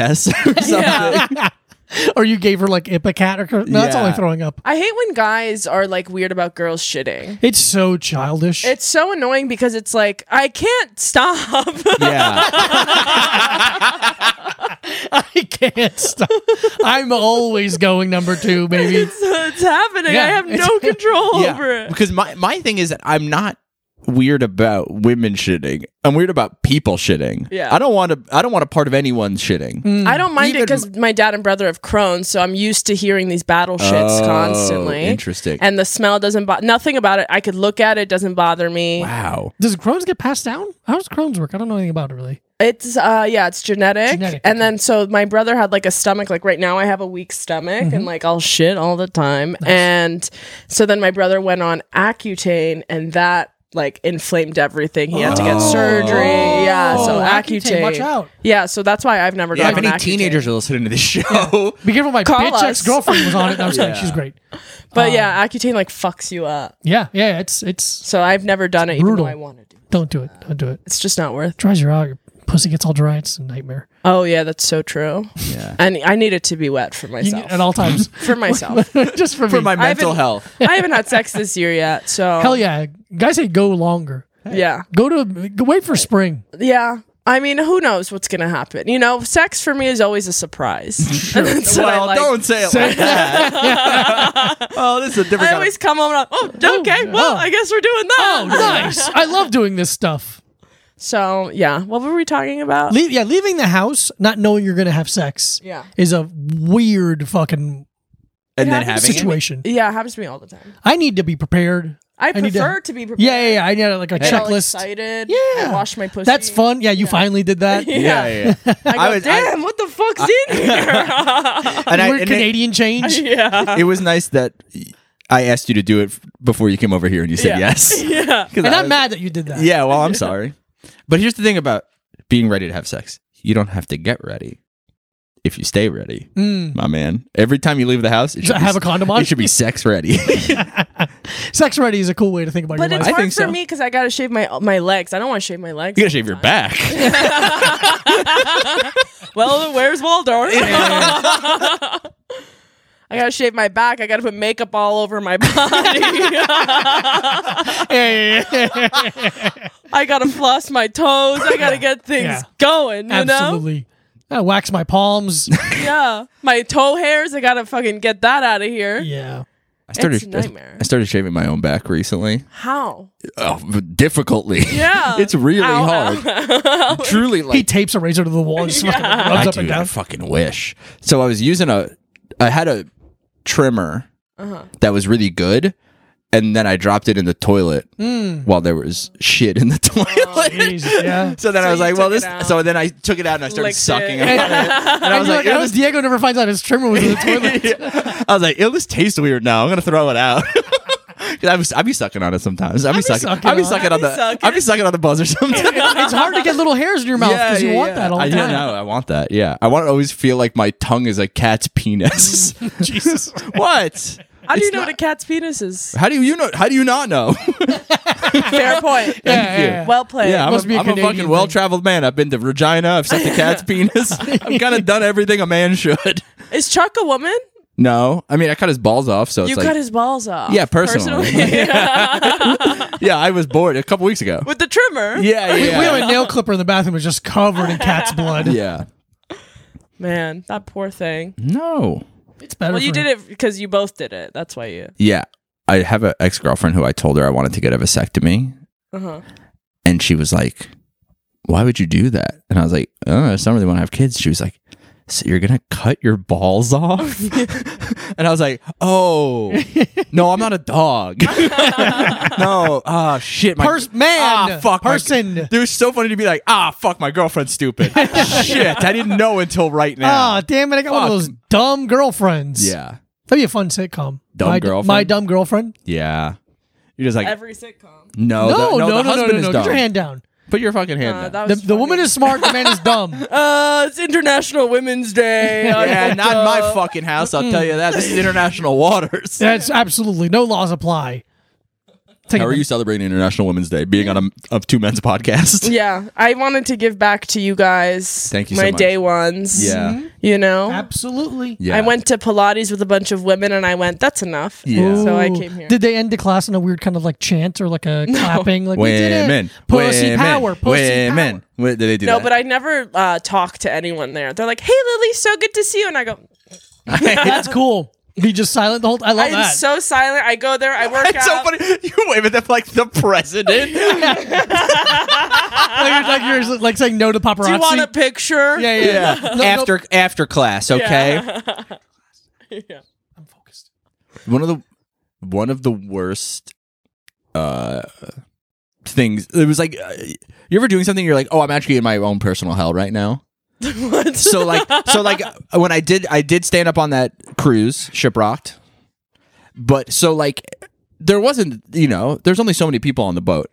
S1: IBS or something.
S3: Yeah.
S2: Or you gave her like Ipecat or no, that's
S1: Yeah.
S2: only throwing up.
S3: I hate when guys are like weird about girls shitting.
S2: It's so childish.
S3: It's so annoying because it's like I can't stop.
S1: yeah.
S2: I can't stop. I'm always going number two, baby.
S3: it's, it's happening.
S2: Yeah,
S3: I have
S2: it's-
S3: no control
S1: Yeah,
S3: over it.
S1: Because my, my thing is that I'm not weird about women shitting. I'm weird about people shitting.
S3: Yeah. Mm,
S1: I don't want to I don't want a part of anyone shitting.
S3: I don't mind it
S1: Even-
S3: because my dad and brother have Crohn's, so I'm used to hearing these battle shits
S1: Oh,
S3: constantly.
S1: interesting.
S3: And the smell doesn't bother. Nothing about it. I could look at it. Doesn't bother me.
S1: Wow.
S2: Does Crohn's get passed down? How does Crohn's work? I don't know anything about it really.
S3: It's uh yeah, it's genetic.
S2: Genetic,
S3: and
S2: okay.
S3: then so my brother had like a stomach. Like right now, I have a weak stomach,
S2: Mm-hmm.
S3: and like I'll shit all the time. And so then my brother went on Accutane, and that like inflamed everything. He had to get surgery. Yeah, so
S2: Oh,
S3: Accutane.
S2: Accutane, watch out.
S3: Yeah, so that's why I've never
S1: Yeah, if
S3: gotten
S1: any
S3: Accutane.
S1: teenagers are listening to this show,
S2: Be careful, my
S3: Call
S2: bitch
S3: us.
S2: ex girlfriend was on it. No, I'm just kidding. She's great.
S3: But yeah,
S2: Oh.
S3: Accutane like fucks you up.
S2: Yeah, yeah. It's it's
S3: So I've never done it, even
S2: brutal.
S3: though I want to do. it.
S2: don't do it. Don't do it.
S3: It's just not worth.
S2: Dries your out. Your pussy gets all dry. It's a nightmare.
S3: Oh yeah, that's so true.
S1: yeah.
S3: And I need it to be wet for
S2: You-
S3: myself.
S2: at all times.
S3: for myself.
S2: just for,
S1: For
S2: me.
S1: my
S3: haven't-
S1: mental health.
S3: I haven't had sex this year yet, so
S2: hell yeah. Guys say go longer.
S3: yeah,
S2: Go to go wait for spring.
S3: yeah. I mean, who knows what's gonna happen? You know, sex for me is always a surprise. And that's what I
S1: well,
S3: like.
S1: don't say it like that. oh, this is a different
S3: I
S1: kind of
S3: always come home and I'm, oh, okay, well,
S2: oh.
S3: I guess we're doing that.
S2: Oh, nice. I love doing this stuff.
S3: So yeah, what were we talking about?
S2: Le- yeah, leaving the house not knowing you're gonna have sex
S3: Yeah.
S2: is a weird
S1: and
S2: fucking
S1: then
S3: It
S1: having
S3: happens
S1: it.
S2: situation.
S3: yeah, it happens to me all the time.
S2: I need to be prepared.
S3: I
S2: need to-
S3: prefer to, be prepared.
S2: Yeah, yeah, yeah. I need uh, like a
S3: I get all
S2: checklist.
S3: Excited.
S2: Yeah.
S3: I wash my pussy.
S2: That's fun. Yeah, you finally did that.
S3: Yeah.
S1: Yeah, yeah. yeah.
S3: I go,
S1: I was- I-
S3: damn, what the fuck's in here?
S1: and I,
S2: Weird
S1: and it,
S2: Canadian change.
S3: yeah.
S1: it was nice that I asked you to do it f- before you came over here, and you said
S3: Yeah.
S1: yes.
S3: Yeah.
S1: 'Cause
S2: And
S1: I
S2: I'm
S1: was-
S2: mad that you did that.
S1: Yeah, well, I'm sorry. But here's the thing about being ready to have sex. You don't have to get ready if you stay ready,
S2: Mm.
S1: my man. Every time you leave the house, it should,
S2: have
S1: be,
S2: a condom on?
S1: It should be sex ready.
S2: Sex ready is a cool way to think about
S3: But
S2: your
S3: it's
S2: life.
S1: I
S3: hard
S1: think
S3: for
S1: so.
S3: me because I gotta shave my my legs. I don't want to shave my legs.
S1: you gotta shave your back.
S3: well, then where's Waldo? I gotta shave my back. I gotta put makeup all over my body.
S2: Yeah, yeah, yeah.
S3: I gotta floss my toes. I gotta get things
S2: Yeah.
S3: going. You
S2: Absolutely. I wax my palms.
S3: know? Yeah. My toe hairs. I gotta fucking get that out of here.
S2: yeah.
S1: I started,
S3: It's a nightmare.
S1: I started shaving my own back recently.
S3: How?
S1: Oh, difficultly.
S3: Yeah.
S1: it's really
S3: Ow,
S1: hard.
S3: ow.
S1: Truly,
S2: He
S1: like
S2: tapes a razor to the wall and just fucking rubs
S1: I
S2: up and
S1: do. I
S2: down.
S1: fucking wish. So I was using a, I had a trimmer
S3: Uh-huh.
S1: that was really good, and then I dropped it in the toilet
S3: Hmm.
S1: while there was shit in the toilet.
S2: Jesus, yeah.
S1: so then I
S3: Oh,
S1: was
S3: So you
S1: like, well,
S3: took it
S1: this.
S3: out.
S1: So then I took it out and I started
S3: Licked it.
S1: sucking. on
S2: And,
S1: it.
S2: and I was like,
S1: "Ew,
S2: how does Diego never finds out his trimmer was in the toilet?
S1: I was like, "Ew, this tastes weird now. I'm gonna throw it out." 'Cause I was, I be sucking on it sometimes. I be, sucking.
S2: sucking
S1: I be
S2: on it.
S1: sucking
S3: I
S1: on
S3: be
S1: the.
S3: sucking.
S1: I be sucking on the buzzer sometimes.
S2: it's hard to get little hairs in your mouth because you want that all the
S1: I
S2: time.
S1: don't know. I want that. Yeah, I want to always feel like my tongue is a cat's penis.
S2: Jesus.
S1: what?
S3: How do you
S1: It's
S3: know
S1: not-
S3: what a cat's penis is?
S1: How do you know? How do you not know?
S3: Fair point.
S1: you.
S2: Yeah, yeah, yeah.
S3: Well played.
S1: yeah, I'm,
S2: Must
S1: a,
S2: be a
S1: I'm a
S2: Canadian
S1: fucking
S2: thing.
S1: well-traveled man. I've been to Regina. I've sucked a cat's penis. I've kind of done everything a man should.
S3: Is Chuck a woman?
S1: No, I mean I cut his balls off, so
S3: You
S1: it's like
S3: cut his balls off.
S1: Yeah, personally. yeah, I was bored a couple weeks ago.
S3: With the trimmer.
S1: Yeah, yeah,
S2: We have a nail clipper in the bathroom that's just covered in cat's blood.
S1: yeah.
S3: Man, that poor thing.
S1: No.
S2: It's better.
S3: Well, you
S2: for
S3: did
S2: him.
S3: it because you both did it. That's why you.
S1: Yeah, I have an ex-girlfriend who I told her I wanted to get a vasectomy,
S3: Uh-huh.
S1: and she was like, "Why would you do that?" And I was like, "Oh, I don't really want to have kids." She was like, "So you're gonna cut your balls off?" and I was like, "Oh, no, I'm not a dog. no, ah, shit, my
S2: Pers- man.
S1: ah, fuck, my-
S2: Person.
S1: Dude, it was so funny to be like, ah, fuck, my girlfriend's stupid. shit, I didn't know until right now.
S2: Ah, damn it. I got one of
S1: Fuck.
S2: those dumb girlfriends.
S1: yeah,
S2: That'd be a fun sitcom.
S1: Dumb
S2: my,
S1: girlfriend?
S2: My dumb girlfriend?
S1: yeah. You're just like,
S3: Every sitcom.
S1: Oh, no,
S2: no,
S1: the, no,
S2: no,
S1: the
S2: no, no, no,
S1: husband
S2: no,
S1: is
S2: no.
S1: dumb.
S2: Get your hand down.
S1: Put your fucking hand
S3: Uh,
S1: down.
S3: that
S2: The,
S3: was
S2: the woman
S3: funny.
S2: is smart, the man is dumb.
S3: Uh, it's International Women's Day.
S1: yeah, not in my fucking house. I'll tell you that. This
S2: Mm.
S1: is international waters.
S2: That's absolutely no laws apply. Take
S1: How
S2: it-
S1: are you celebrating International Women's Day? Being on a of two men's podcast.
S3: Yeah, I wanted to give back to you guys.
S1: Thank you so
S3: My
S1: much.
S3: day ones.
S2: Mm-hmm.
S1: Yeah.
S3: You know?
S2: Absolutely.
S1: Yeah.
S3: I went to Pilates with a bunch of women and I went, that's enough.
S1: Yeah.
S3: So I
S2: Ooh.
S3: came here.
S2: Did they end the class in a weird kind of like chant or like a clapping? Like we did
S1: Women.
S2: it. Pussy
S1: women,
S2: power. Pussy
S1: women.
S2: power.
S1: Wait, did they do
S3: no,
S1: that?
S3: but I never uh, talked to anyone there. They're like, hey, Lily, so good to see you. And I go,
S2: That's cool. Be just silent the whole. I love
S3: I'm
S2: that.
S3: so silent. I go there, I work out.
S1: It's so funny. You wave at them like the president.
S2: like, you're, like you're like saying no to paparazzi.
S3: Do you want a picture?
S2: yeah, yeah, yeah. No, no.
S1: after after class, okay.
S3: yeah.
S2: I'm focused.
S1: One of the one of the worst uh things. It was like uh, you ever doing something. You're like, oh, I'm actually in my own personal hell right now.
S3: What?
S1: so like so like when I did I did stand up on that cruise shipwrecked, but so like there wasn't you know there's only so many people on the boat,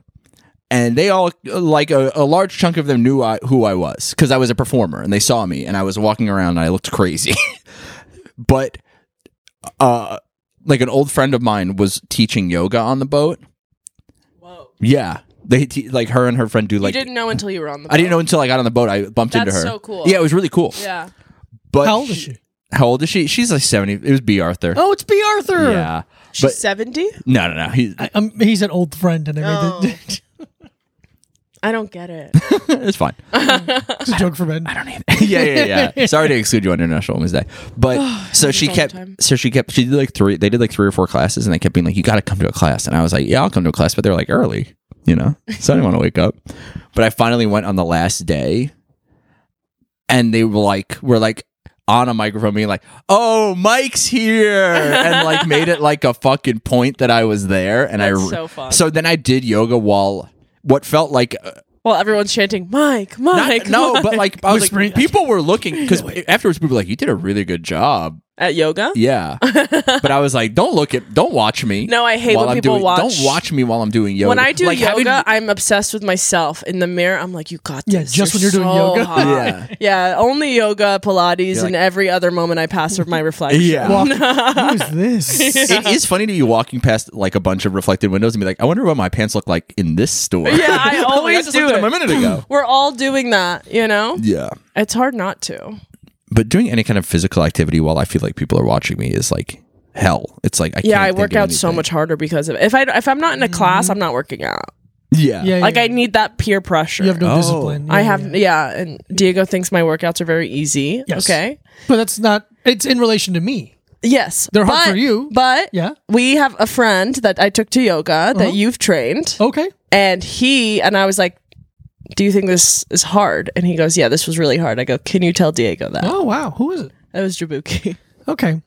S1: and they all like a, a large chunk of them knew I, who I was because I was a performer and they saw me and I was walking around and I looked crazy. but uh, like an old friend of mine was teaching yoga on the boat.
S3: Whoa.
S1: Yeah, they te- like her and her friend do like
S3: you didn't know until you were on the
S1: I didn't know until I got on the boat. I bumped into her.
S3: That's so cool.
S1: Yeah, it was really cool.
S3: Yeah.
S1: But
S2: How old is she?
S1: How old is she? She's like seventy. It was B. Arthur.
S2: Oh, it's B. Arthur.
S1: Yeah,
S3: She's
S1: but
S3: 70?
S1: no, no, no. He,
S2: I, um, he's an old friend and everything.
S3: I don't get it.
S1: it's fine.
S2: it's a joke for men.
S1: I don't either. yeah, yeah, yeah. Sorry to exclude you on International Women's Day, but
S3: Oh,
S1: so she
S3: all the
S1: kept,
S3: time.
S1: so she kept, she did like three. They did like three or four classes, and they kept being like, "You got to come to a class," and I was like, "Yeah, I'll come to a class," but they're like early, you know, so I didn't want to wake up. But I finally went on the last day, and they were like, "We're like." On a microphone, being like, "Oh, Mike's here," and like made it like a fucking point that I was there, and I
S3: That's so fun.
S1: so then I did yoga while what felt like uh,
S3: well, everyone's chanting, Mike,
S1: not-
S3: Mike.
S1: no,
S3: Mike,"
S1: but like, I was
S2: Whispering.
S1: like people were looking because afterwards people were like, "You did a really good job."
S3: At yoga?
S1: Yeah, but I was like, "Don't look at, don't watch me."
S3: No, I hate
S1: while
S3: when
S1: I'm
S3: people
S1: doing-
S3: watch-
S1: Don't watch me while I'm doing yoga.
S3: When I do
S1: Like,
S3: yoga,
S1: having-
S3: I'm obsessed with myself. In the mirror, I'm like, you got this.
S2: Yeah, just when you're doing
S3: so
S2: yoga.
S3: hot."
S1: Yeah.
S3: Yeah, only yoga, Pilates,
S1: You're
S3: and
S1: like-
S3: every other moment I pass of my reflection.
S1: Yeah.
S2: Walk- Who is this?
S1: it is funny to you walking past like a bunch of reflected windows and be like, "I wonder what my pants look like in this store."
S3: Yeah, I
S1: Like,
S3: always
S1: I just
S3: do
S1: looked at
S3: it.
S1: them a minute ago.
S3: We're all doing that, you know?
S1: yeah,
S3: It's hard not to.
S1: but doing any kind of physical activity while I feel like people are watching me is like hell. It's like I
S3: Yeah,
S1: can't
S3: I
S1: think
S3: work
S1: of
S3: out so
S1: anything.
S3: much harder because of if I if I'm not in a class, I'm not working out.
S1: Yeah,
S2: Mm-hmm. Yeah,
S3: Like
S2: yeah,
S3: I need that peer pressure.
S2: You have no
S1: Oh.
S2: discipline.
S3: I
S2: Yeah,
S3: have
S2: yeah.
S3: yeah. and Diego thinks my workouts are very easy.
S2: Yes.
S3: Okay.
S2: But that's not. It's in relation to me.
S3: Yes.
S2: They're hard
S3: but-
S2: for you.
S3: But
S2: Yeah. Uh-huh.
S3: we have a friend that I took to yoga that you've trained.
S2: Okay.
S3: And he and I was like, Do you think this is hard? And he goes, Yeah, this was really hard. I go, Can you tell Diego that?
S2: Oh wow. Who is it?
S3: That was Jabuki.
S2: Okay.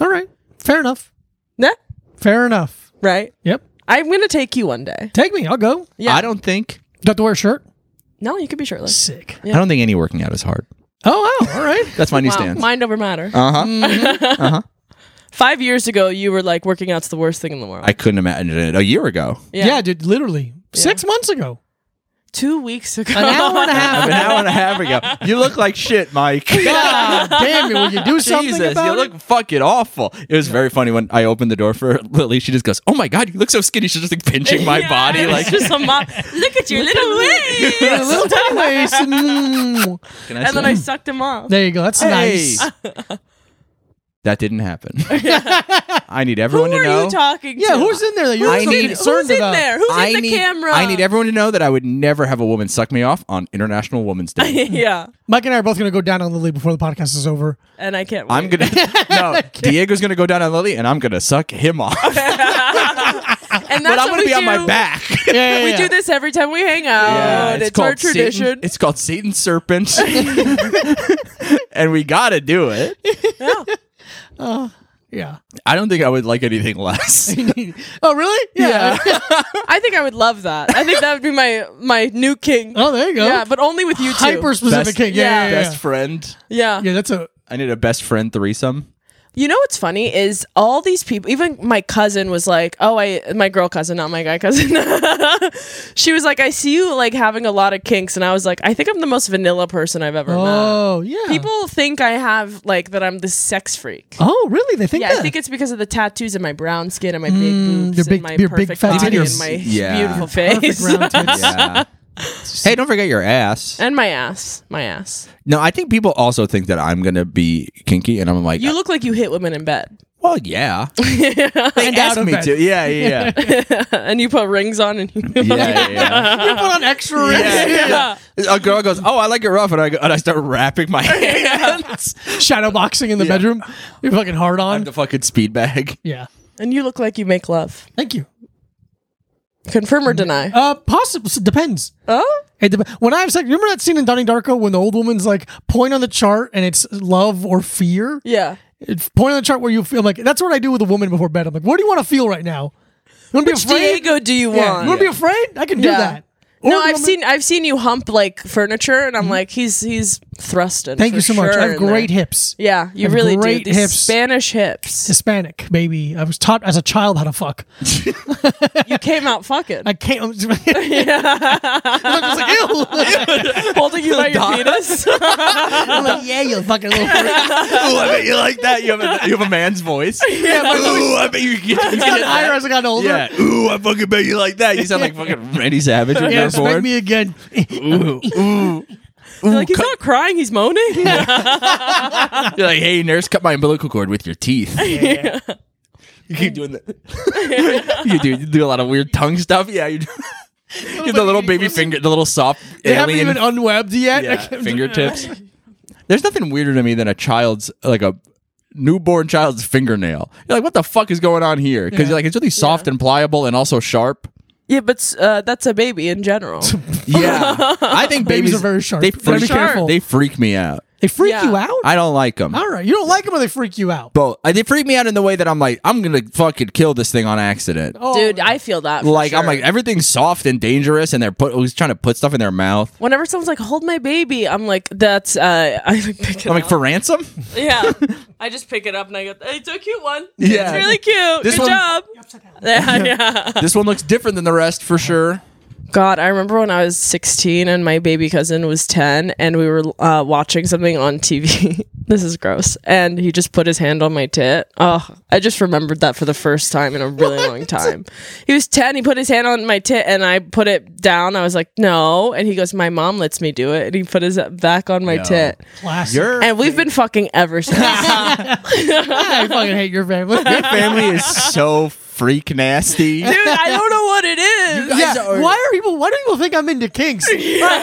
S2: All right. Fair enough.
S3: nah,
S2: Fair enough.
S3: right?
S2: Yep.
S3: I'm gonna take you one day.
S2: Take me. I'll go.
S3: Yeah.
S1: I don't think
S2: Do I have to wear a shirt?
S3: No, you could be shirtless.
S2: Sick.
S1: I don't think any working out is hard.
S2: Oh wow. All right.
S1: That's my new
S3: Wow,
S1: stance. Uh-huh.
S3: mind over matter.
S1: Uh huh.
S3: Five years ago, you were like working out's the worst thing in the world.
S1: I couldn't imagine it a year ago.
S2: yeah. dude. Literally six months ago.
S3: two weeks ago.
S2: An hour and a half.
S1: An hour and a half ago. You look like shit, Mike.
S2: God damn it! Will you do something
S1: Jesus,
S2: about
S1: you
S2: it?
S1: look fucking awful. It was very funny when I opened the door for Lily. She just goes, "Oh my god, you look so skinny." She's just like pinching my
S3: Yeah,
S1: body,
S3: it's
S1: like
S3: just a mop. Look at your little waist.
S2: Yeah, little tiny waist. Mm.
S1: Can
S3: And then
S1: say-
S3: I sucked him off.
S2: There you go. That's
S1: Hey.
S2: nice.
S1: that didn't happen. I need
S3: Who
S1: everyone
S3: are
S1: to know.
S3: you talking
S2: Yeah,
S3: to?
S2: who's in there that you're
S1: I
S2: so
S1: need-
S2: concerned
S3: Who's in
S2: about?
S3: there? Who's
S1: I
S3: in the
S1: need,
S3: camera?
S1: I need everyone to know that I would never have a woman suck me off on International Women's Day.
S3: yeah,
S2: Mike and I are both going to go down on Lily before the podcast is over.
S3: and I can't. Wait.
S1: I'm gonna no. Diego's gonna go down on Lily, and I'm gonna suck him off.
S3: and that's
S1: but I'm
S3: what
S1: gonna
S3: we
S1: be on my
S3: do.
S1: back.
S2: Yeah, yeah,
S3: We
S2: yeah.
S3: do this every time we hang out. it's our tradition.
S1: Satan, it's called Satan Serpent. and we got to do it.
S2: Yeah.
S1: I don't think I would like anything less.
S2: oh, really? Yeah.
S3: I think I would love that. I think that would be my my new king.
S2: oh, there you go.
S3: Yeah, but only with you two.
S2: Hyper specific.
S1: Best-
S2: Yeah, yeah, yeah.
S1: Best friend.
S3: yeah.
S2: Yeah, that's a.
S1: I need a best friend threesome.
S3: You know what's funny is all these people. Even my cousin was like, "Oh, I my girl cousin, not my guy cousin." she was like, "I see you like having a lot of kinks," and I was like, "I think I'm the most vanilla person I've ever met."
S2: Oh, yeah.
S3: People think I have like that. I'm the sex freak.
S2: Oh, really? They think
S3: Yeah,
S2: that.
S3: I think it's because of the tattoos and my brown skin and my big boobs
S2: your big-
S3: and my
S2: your big
S3: perfect
S2: fat
S3: body
S2: titties.
S3: and my
S1: Yeah.
S3: beautiful
S2: Perfect
S3: face
S2: round tits.
S1: Yeah. hey, don't forget your ass.
S3: and my ass, my ass.
S1: No, I think people also think that I'm going to be kinky, and I'm like,
S3: You look like you hit women in bed,
S1: well, yeah. they
S2: And
S1: asked
S2: out of
S1: me
S2: bed.
S1: to. Yeah, yeah, yeah.
S3: and you put rings on, and you
S1: yeah, yeah, yeah.
S2: You put on extra rings.
S1: Yeah, yeah. A girl goes, "Oh, I like it rough," and I go, and I start wrapping my hands.
S2: Shadow boxing in the bedroom. You're fucking hard on.
S1: the fucking speed bag.
S2: yeah.
S3: and you look like you make love.
S2: Thank you.
S3: Confirm or deny?
S2: Uh, possible. Depends.
S3: Oh.
S2: It dep- when I have sex, remember that scene in Donnie Darko when the old woman's like point on the chart and it's love or fear.
S3: Yeah.
S2: It's point on the chart where you feel I'm like that's what I do with a woman before bed. I'm like, what do you want to feel right now? You want to be
S3: Which
S2: afraid?
S3: Diego do you
S2: yeah.
S3: want?
S2: You want to be afraid? I can do
S3: Yeah.
S2: that. Or
S3: no,
S2: do you
S3: I've
S2: wanna-
S3: seen I've seen you hump like furniture, and I'm like, he's he's thrusting.
S2: Mm-hmm. Thank
S3: for
S2: you so much.
S3: sure
S2: I have
S3: in there.
S2: great hips.
S3: Yeah, you
S2: have
S3: really
S2: great
S3: do. These
S2: hips.
S3: Spanish hips.
S2: Hispanic, baby. I was taught as a child how to fuck.
S3: you came out fucking.
S2: I can't. I was like, ew.
S3: holding you by your penis.
S2: I'm like, yeah, you fucking little freak.
S1: Ooh, I bet you like that. You have a, you have a man's voice.
S2: Yeah, my voice
S1: Ooh, I bet you. you get
S2: got higher
S1: that.
S2: as I got older.
S1: Yeah. Ooh, I fucking bet you like that. You sound like fucking Randy Savage when
S2: Yeah,
S1: you're
S2: spank
S1: born.
S2: me again.
S1: ooh, ooh.
S3: You're like he's not crying, he's moaning.
S1: You're like, hey, nurse, cut my umbilical cord with your teeth. You keep doing that. you do you do a lot of weird tongue stuff. Yeah, you do. You have the little baby finger, the little soft
S2: They haven't
S1: alien
S2: even unwebbed yet. I
S1: yeah,
S2: can't-
S1: fingertips. There's nothing weirder to me than a child's like a newborn child's fingernail. You're like, what the fuck is going on here? Because
S2: Yeah.
S1: you're like, it's really soft and pliable and also sharp.
S3: yeah, but uh, that's a baby in general.
S1: Yeah, I think
S2: Babies
S1: babies
S2: are very sharp.
S1: They
S2: You gotta
S1: freak,
S2: be careful.
S1: they freak me out.
S2: They freak
S3: Yeah.
S2: you out?
S1: I don't like them.
S2: All right. You don't like them or they freak you out?
S1: But uh, they freak me out in the way that I'm like, I'm gonna fucking kill this thing on accident.
S2: Oh,
S3: Dude, I feel that. for
S1: like I'm
S3: sure.
S1: like everything's soft and dangerous, and they're put always trying to put stuff in their mouth.
S3: Whenever someone's like, "Hold my baby," I'm like, "That's." Uh, I like pick it
S1: I'm like
S3: up.
S1: for ransom.
S3: yeah, I just pick it up and I go, "It's a cute one.
S1: Yeah.
S3: it's really cute.
S1: This
S3: Good
S1: one-
S3: job." Yeah, yeah.
S1: this one looks different than the rest for sure.
S3: God, I remember when I was 16 and my baby cousin was 10, and we were uh, watching something on TV. this is gross. And he just put his hand on my tit. Oh, I just remembered that for the first time in a really long time. He was 10, he put his hand on my tit, and I put it down. I was like, no. And he goes, my mom lets me do it. And he put his uh, back on my
S1: No.
S3: tit.
S2: classic.
S1: Your
S3: And we've been fucking ever since.
S2: I fucking hate your family.
S1: family is so freak nasty.
S3: Dude, I don't know what it is.
S1: guys
S2: Yeah,
S1: are-
S2: why are people? Why do people think I'm into kinks? I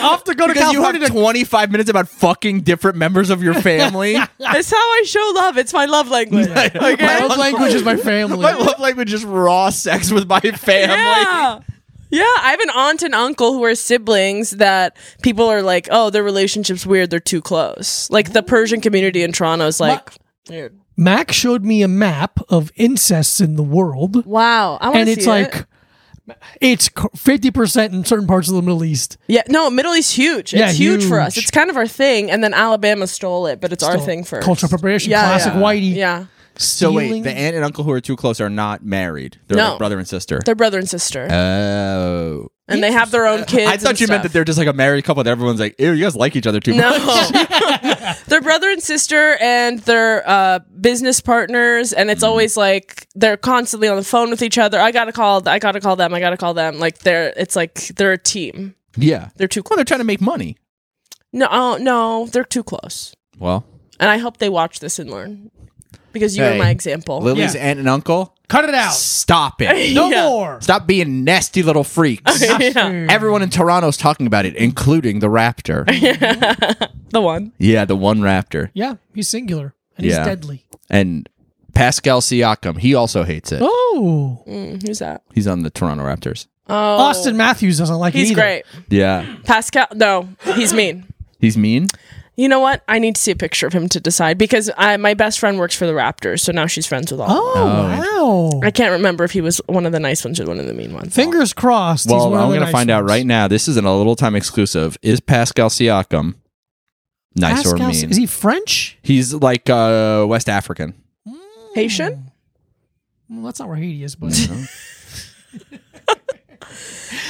S2: have to go to
S1: Because you
S2: California.
S1: have
S2: to-
S1: 25 minutes about fucking different members of your family.
S3: It's how I show love. It's my love language. Okay?
S2: my love language is my family.
S1: my love language is raw sex with my family.
S3: Yeah. Yeah, I have an aunt and uncle who are siblings that people are like, oh, their relationship's weird. They're too close. Like the Persian community in Toronto is like, weird.
S2: Mac showed me a map of incests in the world,
S3: Wow. I wanna
S2: and it's
S3: see
S2: like.
S3: it.
S2: It's fifty percent in certain parts of the Middle East.
S3: yeah, no, Middle East huge. It's
S2: Yeah,
S3: huge. for us.
S2: huge.
S3: It's kind of our thing. And then Alabama stole it, but it's our
S2: So,
S3: thing first.
S2: Cultural appropriation,
S3: Yeah,
S2: classic
S3: yeah.
S2: whitey.
S3: Yeah.
S1: So wait,
S2: stealing.
S1: the aunt and uncle who are too close are not married. They're
S3: No.
S1: like brother and sister.
S3: They're brother and sister.
S2: Uh,
S1: oh.
S3: and they have their own kids.
S1: I thought
S3: and
S1: you meant that
S3: stuff.
S1: they're just like a married couple that everyone's like, ew, you guys like each other too much.
S3: No. they're brother and sister and they're uh, business partners and it's always like they're constantly on the phone with each other. I gotta call I gotta call them, I gotta call them. Like they're it's like they're a team.
S1: Yeah.
S3: They're too
S1: Well,
S3: close.
S1: they're trying to make money.
S3: No oh, no, they're too close.
S1: Well,
S3: And I hope they watch this and learn. Because you are
S1: Hey,
S3: my example.
S1: Lily's
S2: Yeah.
S1: aunt and uncle,
S2: Cut it out.
S1: stop it.
S2: No
S3: Yeah.
S2: more.
S1: Stop being nasty little freaks.
S3: yeah.
S1: Everyone in Toronto's talking about it, including the raptor.
S3: The one.
S1: yeah, the one raptor.
S2: Yeah, he's singular and he's
S1: Yeah.
S2: deadly.
S1: And Pascal Siakam, he also hates it.
S2: Oh,
S3: Mm, who's that?
S1: He's on the Toronto Raptors.
S3: Oh
S2: Austin Matthews doesn't like it
S3: He's
S2: either.
S3: great.
S1: Yeah.
S3: Pascal no, he's mean.
S1: He's mean?
S3: You know what? I need to see a picture of him to decide because I, my best friend works for the Raptors, so now she's friends with all. of them.
S2: Oh, wow.
S3: I can't remember if he was one of the nice ones or one of the mean ones.
S2: Fingers crossed. he's
S1: Well,
S2: one of
S1: I'm
S2: the
S1: going to
S2: nice
S1: find out
S2: ones.
S1: right now. This isn't a little time exclusive. Is Pascal Siakam nice
S2: Pascal,
S1: or mean?
S2: Is he French?
S1: He's like uh, West African.
S3: Haitian?
S2: Well, that's not where Haiti is, but
S1: Mm-hmm.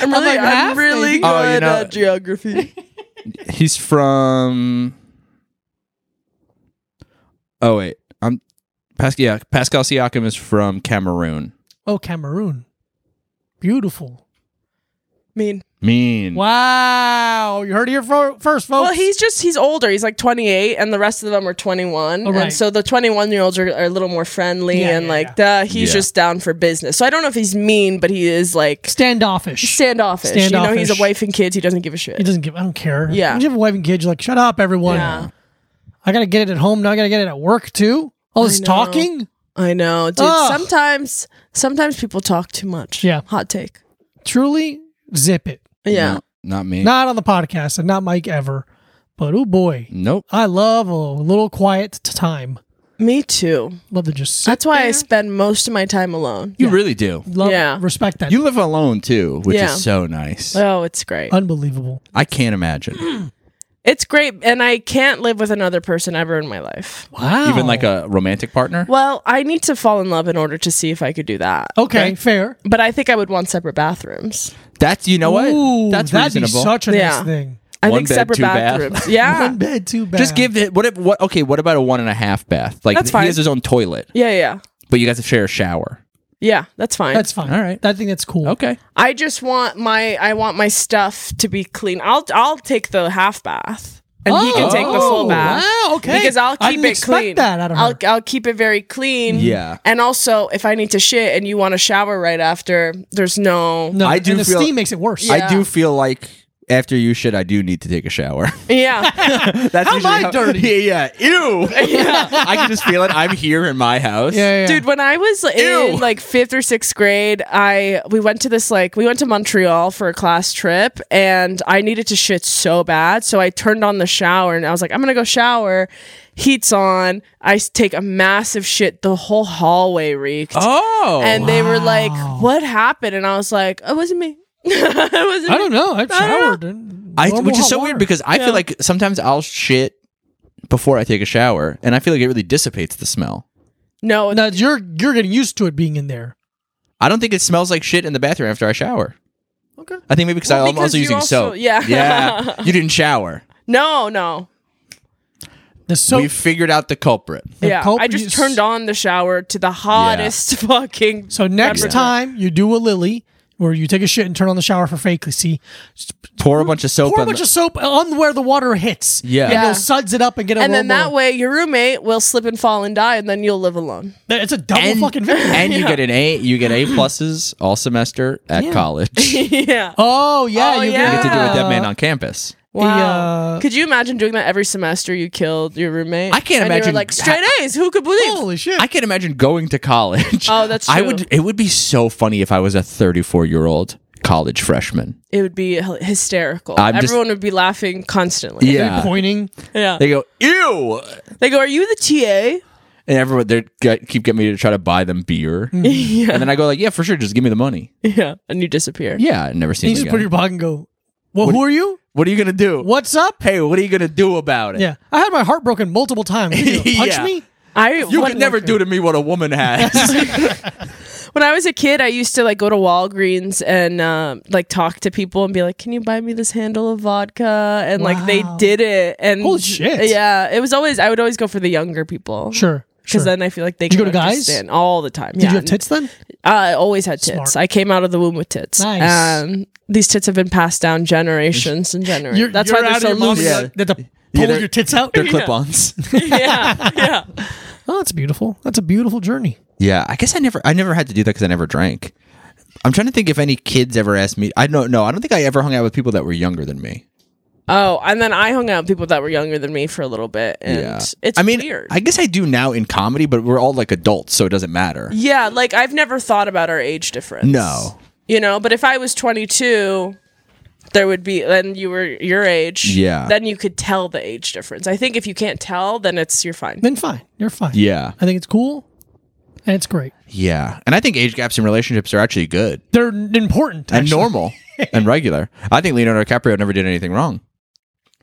S3: I'm really,
S2: like,
S3: I'm
S2: half,
S3: really
S2: maybe.
S3: good
S1: Oh, you know-
S3: at geography.
S1: He's from. Oh wait, I'm Pascal. Yeah, Pascal Siakam is from Cameroon.
S2: oh, Cameroon, beautiful.
S3: mean.
S1: Mean.
S2: Wow, you heard it here fir- first, folks.
S3: Well, he's just he's older. He's like 28, and the rest of them are 21.
S2: Oh, right.
S3: And so the 21 year olds are, are a little more friendly
S2: Yeah,
S3: and
S2: yeah,
S3: like duh, he's
S1: Yeah.
S3: just down for business. So I don't know if he's mean, but he is like
S2: standoffish.
S3: standoffish. You know, he's
S2: Standoffish.
S3: a wife and kids. He doesn't give a shit.
S2: he doesn't give. I don't care.
S3: Yeah.
S2: When you have a wife and kids, you're like, shut up, everyone.
S3: Yeah.
S2: I gotta get it at home. Now I gotta get it at work too. All this
S3: know.
S2: talking.
S3: I know, dude.
S2: Ugh.
S3: Sometimes sometimes people talk too much.
S2: Yeah.
S3: Hot take.
S2: Truly, zip it.
S3: Yeah.
S1: No, not me.
S2: Not on the podcast and not Mike ever. But oh boy,
S1: nope.
S2: I love a little quiet t- time.
S3: Me too.
S2: Love to just. Sit
S3: That's why I
S2: there.
S3: spend most of my time alone.
S1: You really do.
S2: Love,
S3: Yeah.
S2: respect that.
S1: You live alone too, which
S3: Yeah.
S1: is so nice.
S3: Oh, it's great.
S2: Unbelievable.
S1: I can't imagine.
S3: It's great, and I can't live with another person ever in my life.
S2: Wow.
S1: Even like a romantic partner?
S3: Well, I need to fall in love in order to see if I could do that.
S2: Okay, fair.
S3: But I think I would want separate bathrooms.
S1: That's you know what?
S2: Ooh,
S1: That's
S2: that'd be
S1: reasonable.
S2: such a nice
S3: Yeah.
S2: thing.
S3: I
S1: One
S3: think
S1: bed,
S3: separate
S1: two bath.
S3: bathrooms. Yeah.
S2: One bed, two bed.
S1: Just give it what if what okay, what about a one and a half bath? Like
S3: That's
S1: he has
S3: fine.
S1: his own toilet,
S3: Yeah, yeah.
S1: but you guys have to share a shower.
S3: Yeah, that's fine.
S2: That's fine.
S1: All right.
S2: I think that's cool.
S1: Okay.
S3: I just want my I want my stuff to be clean. I'll I'll take the half bath. And he can take the
S2: Oh,
S3: full bath.
S2: Wow. Okay.
S3: Because I'll
S2: I
S3: keep
S2: didn't
S3: it
S2: expect
S3: clean.
S2: That out of her.
S3: I'll I'll keep it very clean.
S1: Yeah.
S3: And also if I need to shit and you want to shower right after, there's no,
S2: no,
S1: I do
S2: and the
S1: feel-
S2: steam makes it worse.
S3: Yeah.
S1: I do feel like after you shit, I do need to take a shower.
S3: Yeah.
S1: That's
S2: How am
S1: usually
S2: I dirty?
S1: Yeah, yeah. Ew. I can just feel it. I'm here in my house.
S2: yeah, yeah.
S3: Dude, when I was
S1: Ew.
S3: in like fifth or sixth grade, I we went to this like we went to Montreal for a class trip, and I needed to shit so bad, so I turned on the shower and I was like, I'm gonna go shower. Heat's on. I s- take a massive shit. The whole hallway reeked,
S1: Oh.
S3: and they were like,
S2: wow.
S3: "What happened?" And I was like, "It wasn't me. it wasn't
S2: I
S3: me."
S2: don't know. I've
S3: I don't know.
S2: showered. and
S1: I,
S2: normal
S1: which is
S2: hot
S1: so
S2: water.
S1: weird because I feel like sometimes I'll shit before I take a shower, and I feel like it really dissipates the smell.
S3: No,
S2: now you're you're getting used to it being in there.
S1: I don't think it smells like shit in the bathroom after I shower.
S2: Okay.
S1: I think maybe because
S3: Well,
S1: I'm
S3: because
S1: also
S3: you
S1: using
S3: also-
S1: soap.
S3: yeah.
S1: yeah. You didn't shower.
S3: no, no.
S2: The soap.
S1: we figured out the culprit.
S2: the
S3: yeah,
S2: pulp
S3: I
S2: you
S3: just
S2: s-
S3: turned on the shower to the hottest fucking.
S2: So next
S3: peppermint.
S2: time you do a lily, where you take a shit and turn on the shower for fake, see,
S1: Pour a bunch of soap.
S2: pour a
S1: on
S2: bunch
S1: the-
S2: of soap on where the water hits.
S1: Yeah.
S2: and
S1: Yeah.
S2: you'll suds it up and get a
S3: and then
S2: little
S3: that
S2: more-
S3: way your roommate will slip and fall and die and then you'll live alone
S2: It's a double
S1: and,
S2: fucking victory.
S1: and you get an A. You get A pluses all semester at college. you
S3: yeah
S2: oh yeah,
S3: Oh,
S2: you
S3: yeah.
S1: get to do a dead
S2: uh,
S1: man on campus.
S3: wow
S2: uh,
S3: could you imagine doing that every semester you killed your roommate
S1: I can't
S3: And you were
S1: imagine
S3: like
S1: ha-
S3: straight a's who could believe
S2: Holy shit!
S1: I can imagine going to college.
S3: Oh, that's
S1: I
S3: true.
S1: would. It would be so funny if I was a 34 year old college freshman.
S3: it would be hy- hysterical
S1: I'm just-
S3: everyone would be laughing constantly
S2: They're pointing.
S3: yeah
S1: They go ew,
S3: they go are you the ta
S1: and everyone they get, keep getting me to try to buy them beer,
S3: yeah
S1: and then I go like, yeah, for sure, just give me the money.
S3: yeah and you disappear
S1: Yeah, I never seen.
S2: You
S1: them
S2: just
S1: again.
S2: put your pocket and go. Well, who are you?
S1: what are you gonna do?
S2: What's up?
S1: Hey, what are you gonna do about it?
S2: Yeah, I had my heart broken multiple times. What are you gonna Punch
S1: Yeah.
S2: me?
S3: i
S1: You
S3: when,
S1: could never do to me what a woman has.
S3: when i was a kid i used to like go to walgreens and um, like talk to people and be like can you buy me this handle of vodka and like they
S2: Wow.
S3: did it and
S2: Holy shit.
S3: yeah it was always i would always go for the younger people
S2: Sure.
S3: because
S2: sure.
S3: then I feel like they
S2: Did you
S3: can
S2: go to guys?
S3: understand all the time.
S2: did you have tits then?
S3: I always had tits.
S2: Smart.
S3: I came out of the womb with tits.
S2: Nice.
S3: Um, these tits have been passed down generations and generations.
S2: You're-
S3: That's
S2: you're
S3: why they're
S2: out of
S3: so
S2: your mom's-
S3: loose.
S1: Yeah.
S2: You have to pull
S1: Yeah, they're-
S2: your tits out.
S1: They're clip ons.
S3: yeah, yeah.
S2: Oh, that's beautiful. That's a beautiful journey.
S1: Yeah, I guess I never I never had to do that because I never drank. I'm trying to think if any kids ever asked me. I don't know. I don't think I ever hung out with people that were younger than me.
S3: Oh, and then I hung out with people that were younger than me for a little bit, and it's
S1: I mean,
S3: weird.
S1: I guess I do now in comedy, but we're all like adults, so it doesn't matter.
S3: yeah, like I've never thought about our age difference.
S1: No.
S3: you know, but if I was 22. There would be, then you were your age.
S1: Yeah.
S3: Then you could tell the age difference. I think if you can't tell, then it's, you're fine.
S2: Then fine. You're fine.
S1: Yeah.
S2: I think it's cool and it's great.
S1: Yeah. And I think age gaps in relationships are actually good
S2: They're n- important.
S1: and
S2: Actually.
S1: normal and regular. I think Leonardo DiCaprio never did anything wrong.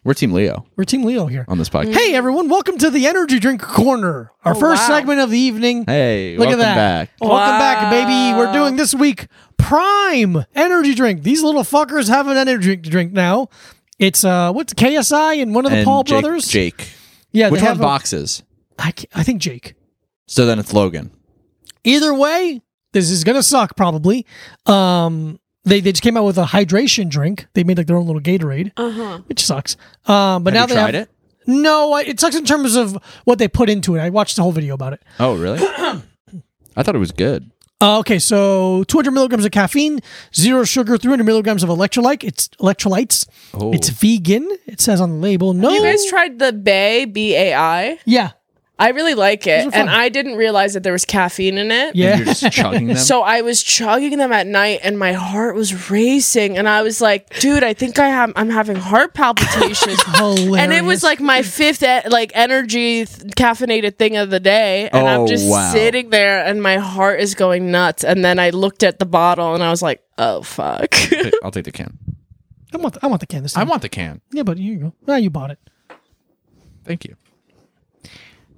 S1: We're Team Leo
S2: We're Team Leo here.
S1: on this podcast.
S2: Hey, everyone. Welcome to the Energy Drink Corner, our first
S3: Oh, wow.
S2: segment of the evening.
S1: Hey,
S2: Look
S1: welcome
S2: at that.
S1: back.
S2: Welcome back,
S3: Wow.
S2: baby. We're doing this week Prime Energy Drink. These little fuckers have an energy drink to drink now. It's uh, what's KSI and one of the
S1: And
S2: Paul
S1: Jake-
S2: brothers?
S1: Jake.
S2: Yeah,
S1: Which
S2: they
S1: one
S2: have a-
S1: boxes?
S2: I, ca- I think Jake.
S1: So then it's Logan.
S2: either way, this is gonna suck probably. Um, they they just came out with a hydration drink. They made like their own little Gatorade, uh-huh. which sucks. Um, but now
S1: Have
S2: they
S1: you tried
S2: have,
S1: it?
S2: No, I- it sucks in terms of what they put into it. I watched the whole video about it.
S1: Oh, really? I thought it was good.
S2: Uh, okay, so 200 milligrams of caffeine, zero sugar, 300 milligrams of electrolyte. It's electrolytes.
S1: Oh.
S2: It's vegan. It says on the label. No,
S3: You guys tried the Bay B A I.
S2: yeah,
S3: I really like
S2: are
S3: it,
S2: fun.
S3: and I didn't realize that there was caffeine in it.
S2: yeah.
S1: You're just chugging them.
S3: So I was chugging them at night, and my heart was racing, and I was like, "Dude, I think I have I'm having heart palpitations." And it
S2: Hilarious.
S3: was like my fifth e- like energy th- caffeinated thing of the day,
S1: Oh,
S3: and I'm just
S1: wow.
S3: sitting there, and my heart is going nuts. And then I looked at the bottle, and I was like, "Oh fuck."
S1: I'll take the can.
S2: I want the, I want the can this
S1: I
S2: time.
S1: want the can.
S2: yeah, but here you go. Now you bought it.
S1: Thank you.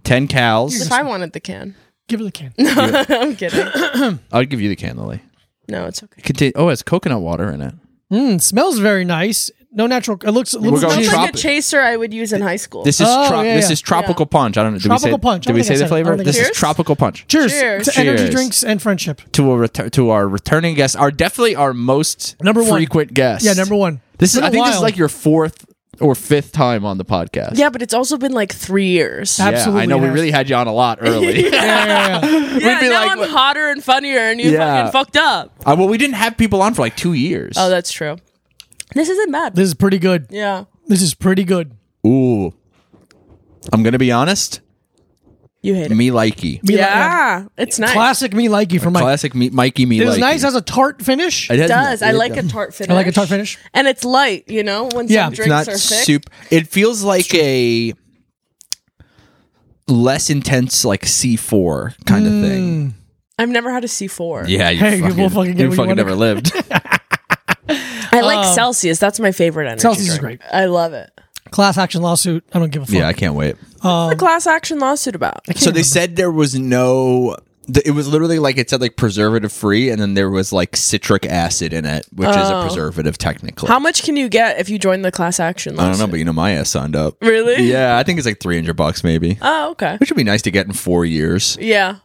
S1: Ten cows.
S3: If I wanted the can,
S2: Give her the can.
S3: I'm kidding.
S1: I'll give you the can, Lily.
S3: No, it's okay.
S1: Contain- oh, it has coconut water in it.
S2: Mm, smells very nice. No natural. It looks a little.
S1: going
S3: It's
S1: Tropic.
S3: like a chaser I would use in high school.
S1: This is
S2: Oh,
S1: tro-
S2: yeah,
S1: this
S2: yeah.
S1: is tropical punch. I don't know. Did we
S2: Tropical
S1: say,
S2: punch. I
S1: Did
S2: don't
S1: we
S2: think I
S1: say
S2: said
S1: the
S2: it. I
S1: flavor?
S2: don't think
S1: This
S2: I
S1: is
S3: said it.
S1: tropical punch.
S2: Cheers,
S3: Cheers.
S2: to energy
S1: Cheers.
S2: drinks and friendship.
S1: To a retur- to our returning guest, our definitely our most
S2: Number one.
S1: frequent guest.
S2: Yeah, number one.
S1: This is
S2: Been
S1: I
S2: a
S1: think this is
S2: while.
S1: like your fourth or fifth time on the podcast.
S3: yeah, but it's also been like three years.
S2: Yeah,
S3: Yeah,
S2: absolutely
S1: I know we
S2: has.
S1: really had you on a lot early.
S2: Yeah, yeah, yeah.
S1: be
S3: now
S1: like,
S3: I'm
S1: what-
S3: hotter and funnier, and you
S1: Yeah.
S3: fucking fucked up.
S1: Uh, well, we didn't have people on for like two years.
S3: Oh, that's true. This isn't bad.
S2: This is pretty good.
S3: yeah,
S2: This is pretty good.
S1: Ooh, I'm gonna be honest.
S3: you hate it.
S1: Me likey,
S2: Me like-
S3: yeah, it's nice.
S2: Classic me likey from my.
S1: classic me- Mikey me
S2: It
S1: likey.
S2: is nice. Has a tart finish.
S1: It has-
S3: It does. I
S1: it
S3: like a
S1: does.
S3: tart finish.
S2: I like a tart finish.
S3: And it's light, you know, when
S2: Yeah.
S3: some
S2: It's
S1: It's
S3: drinks
S1: not
S3: are thick.
S1: soup. It feels like a less intense, like C4 kind of thing.
S3: I've never had a C4.
S1: Yeah, you
S2: Mm. Hey, we'll
S1: fucking,
S2: fucking get
S1: you
S2: what
S1: fucking
S2: you wanted.
S1: never lived.
S3: I like Celsius. That's my favorite energy.
S2: Oh. Celsius is
S3: drink. I love it.
S2: Class action lawsuit. I don't give a fuck.
S1: yeah, I can't wait.
S3: What's the class action lawsuit about?
S1: So they said there was no. th- It was literally like it said like preservative free, and then there was like citric acid in it, which is a preservative technically.
S3: How much can you get if you join the class
S1: I
S3: action lawsuit?
S1: don't know, but you know my ass signed up.
S3: Really?
S1: Yeah, I think it's like three hundred bucks maybe,
S3: Oh, okay.
S1: which would be nice to get in four years.
S3: Yeah.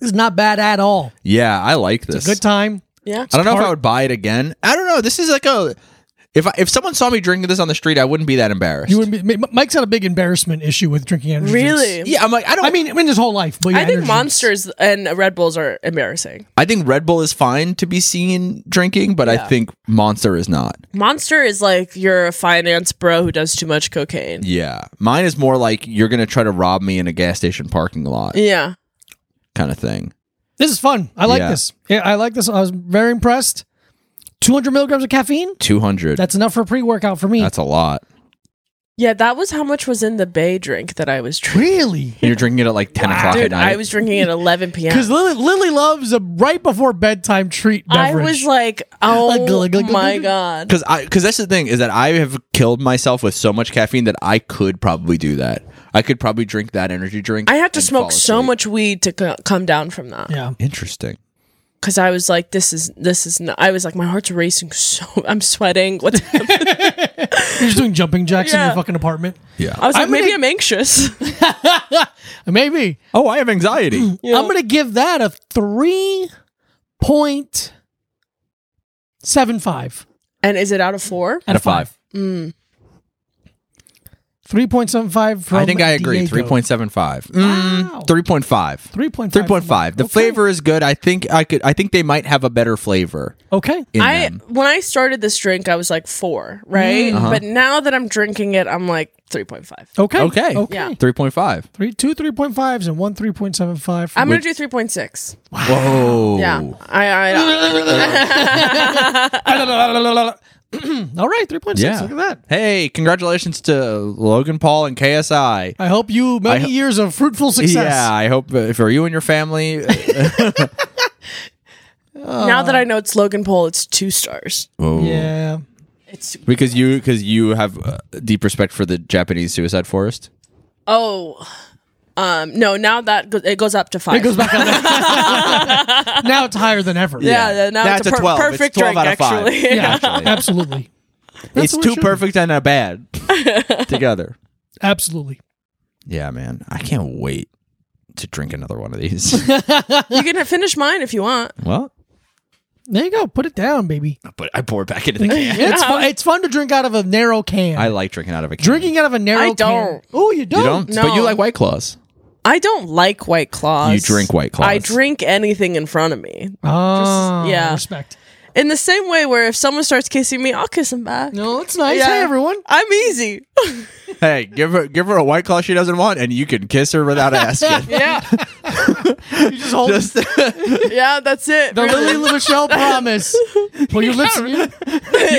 S2: it's not bad at all.
S1: Yeah, I like this.
S2: Good time.
S3: Yeah.
S1: I don't know if
S2: Tart-
S1: I would buy it again. I don't know. This is like a if I, if someone saw me drinking this on the street, I wouldn't be that embarrassed.
S2: You wouldn't be, M- Mike's had a big embarrassment issue with drinking energy. drinks.
S3: Really?
S1: yeah, I'm like I don't.
S2: I mean, I mean his whole life. But yeah,
S3: I think
S2: energy drinks.
S3: monsters and Red Bulls are embarrassing.
S1: I think Red Bull is fine to be seen drinking, but I think Monster is not.
S3: Monster is like you're a finance bro who does too much cocaine.
S1: Yeah, mine is more like you're gonna try to rob me in a gas station parking lot
S3: Yeah.
S1: kind of thing.
S2: This is fun. I like
S1: Yeah.
S2: this. Yeah, I like this. I was very impressed. 200 milligrams of caffeine.
S1: Two hundred.
S2: That's enough for a pre-workout for me.
S1: That's a lot.
S3: Yeah, that was how much was in the Bay drink that I was drinking.
S2: really.
S1: And You're drinking it at like ten o'clock at
S3: Dude,
S1: night.
S3: I was drinking at 11 p.m.
S2: Because Lily, Lily loves a right before bedtime treat
S3: I
S2: beverage.
S3: was like, oh
S2: Like, like, like,
S3: my
S2: like,
S3: god.
S1: because I because that's the thing is that I have killed myself with so much caffeine that I could probably do that. I could probably drink that energy drink.
S3: I had to
S1: and fall
S3: smoke so
S1: asleep.
S3: much weed to c- come down from that
S2: yeah.
S1: Interesting.
S3: because I was like, this is this is. Not, I was like, my heart's racing so I'm sweating. What's I
S2: You're just doing jumping jacks in
S3: Yeah.
S2: your fucking apartment.
S1: Yeah.
S3: was like,
S2: I'm
S3: maybe
S2: gonna-
S3: I'm anxious.
S2: Maybe.
S1: oh, I have anxiety.
S2: I'm going to give that a 3.75
S3: and is it out of four?
S1: Out of five.
S2: Mm. 3.75 from
S1: I think I agree.
S2: Diego.
S1: Three point seven five. Mm,
S2: Wow.
S1: Three point five.
S2: 3.5.
S1: Three point five. The
S2: Okay.
S1: flavor is good. I think I could. I think they might have a better flavor.
S2: Okay.
S1: In
S3: I
S1: them. Mm, uh-huh.
S3: when I started this drink, I was like four, right? But now that I'm drinking it, I'm like three point five.
S1: Oh,
S2: Okay.
S1: Okay.
S2: Okay.
S3: Yeah.
S1: Three point five.
S2: Three, two 3.5s and one 3.75.
S3: I'm
S2: from-
S3: gonna do three point six.
S1: Whoa.
S3: Yeah, I, I,
S2: All right. 3.6.
S1: Yeah.
S2: Look at that.
S1: Hey, congratulations to Logan Paul and KSI.
S2: I hope you many
S1: ho-
S2: years of fruitful success.
S1: Yeah, I hope uh, for you and your family. uh,
S3: now that I know it's Logan Paul, it's two stars.
S1: Oh.
S2: Yeah.
S3: It's
S1: Because you because you have uh, deep respect for the Japanese suicide forest.
S3: oh, um, no. Now that go- it goes up to five.
S2: It goes back up. now it's higher than ever.
S3: Yeah,
S1: Yeah.
S3: now
S1: Now
S3: it's
S1: it's a
S3: a, per-
S1: 12. It's
S3: perfect
S1: 12 out
S3: drink.
S1: of five.
S3: Actually,
S2: Yeah,
S1: Actually.
S2: absolutely.
S1: It's
S2: what it
S1: too
S2: should
S1: perfect and a bad together.
S2: Absolutely.
S1: Yeah, man, I can't wait to drink another one of these.
S3: you can finish mine if you want.
S1: well,
S2: There you go. Put it down, baby.
S1: but I pour it back into the can.
S2: It's fun, it's fun to drink out of a narrow can.
S1: I like drinking out of a can.
S2: Drinking out of a narrow
S3: I don't.
S2: can. Oh, you don't.
S1: you don't,
S3: No.
S1: but you like White Claws.
S3: I don't like White Claws.
S1: You drink White Claws.
S3: I drink anything in front of me.
S2: Oh,
S3: Just- yeah.
S2: Respect.
S3: In the same way where if someone starts kissing me, I'll kiss them back.
S2: No, it's nice.
S3: Yeah.
S2: Hey, everyone.
S3: I'm easy.
S1: Hey, give her give her a White Claw she doesn't want, and you can kiss her without asking.
S3: yeah.
S2: You just hold
S1: Just
S3: Yeah, that's it.
S2: the
S3: really.
S2: Lily Michelle promise. Put your lips.
S1: you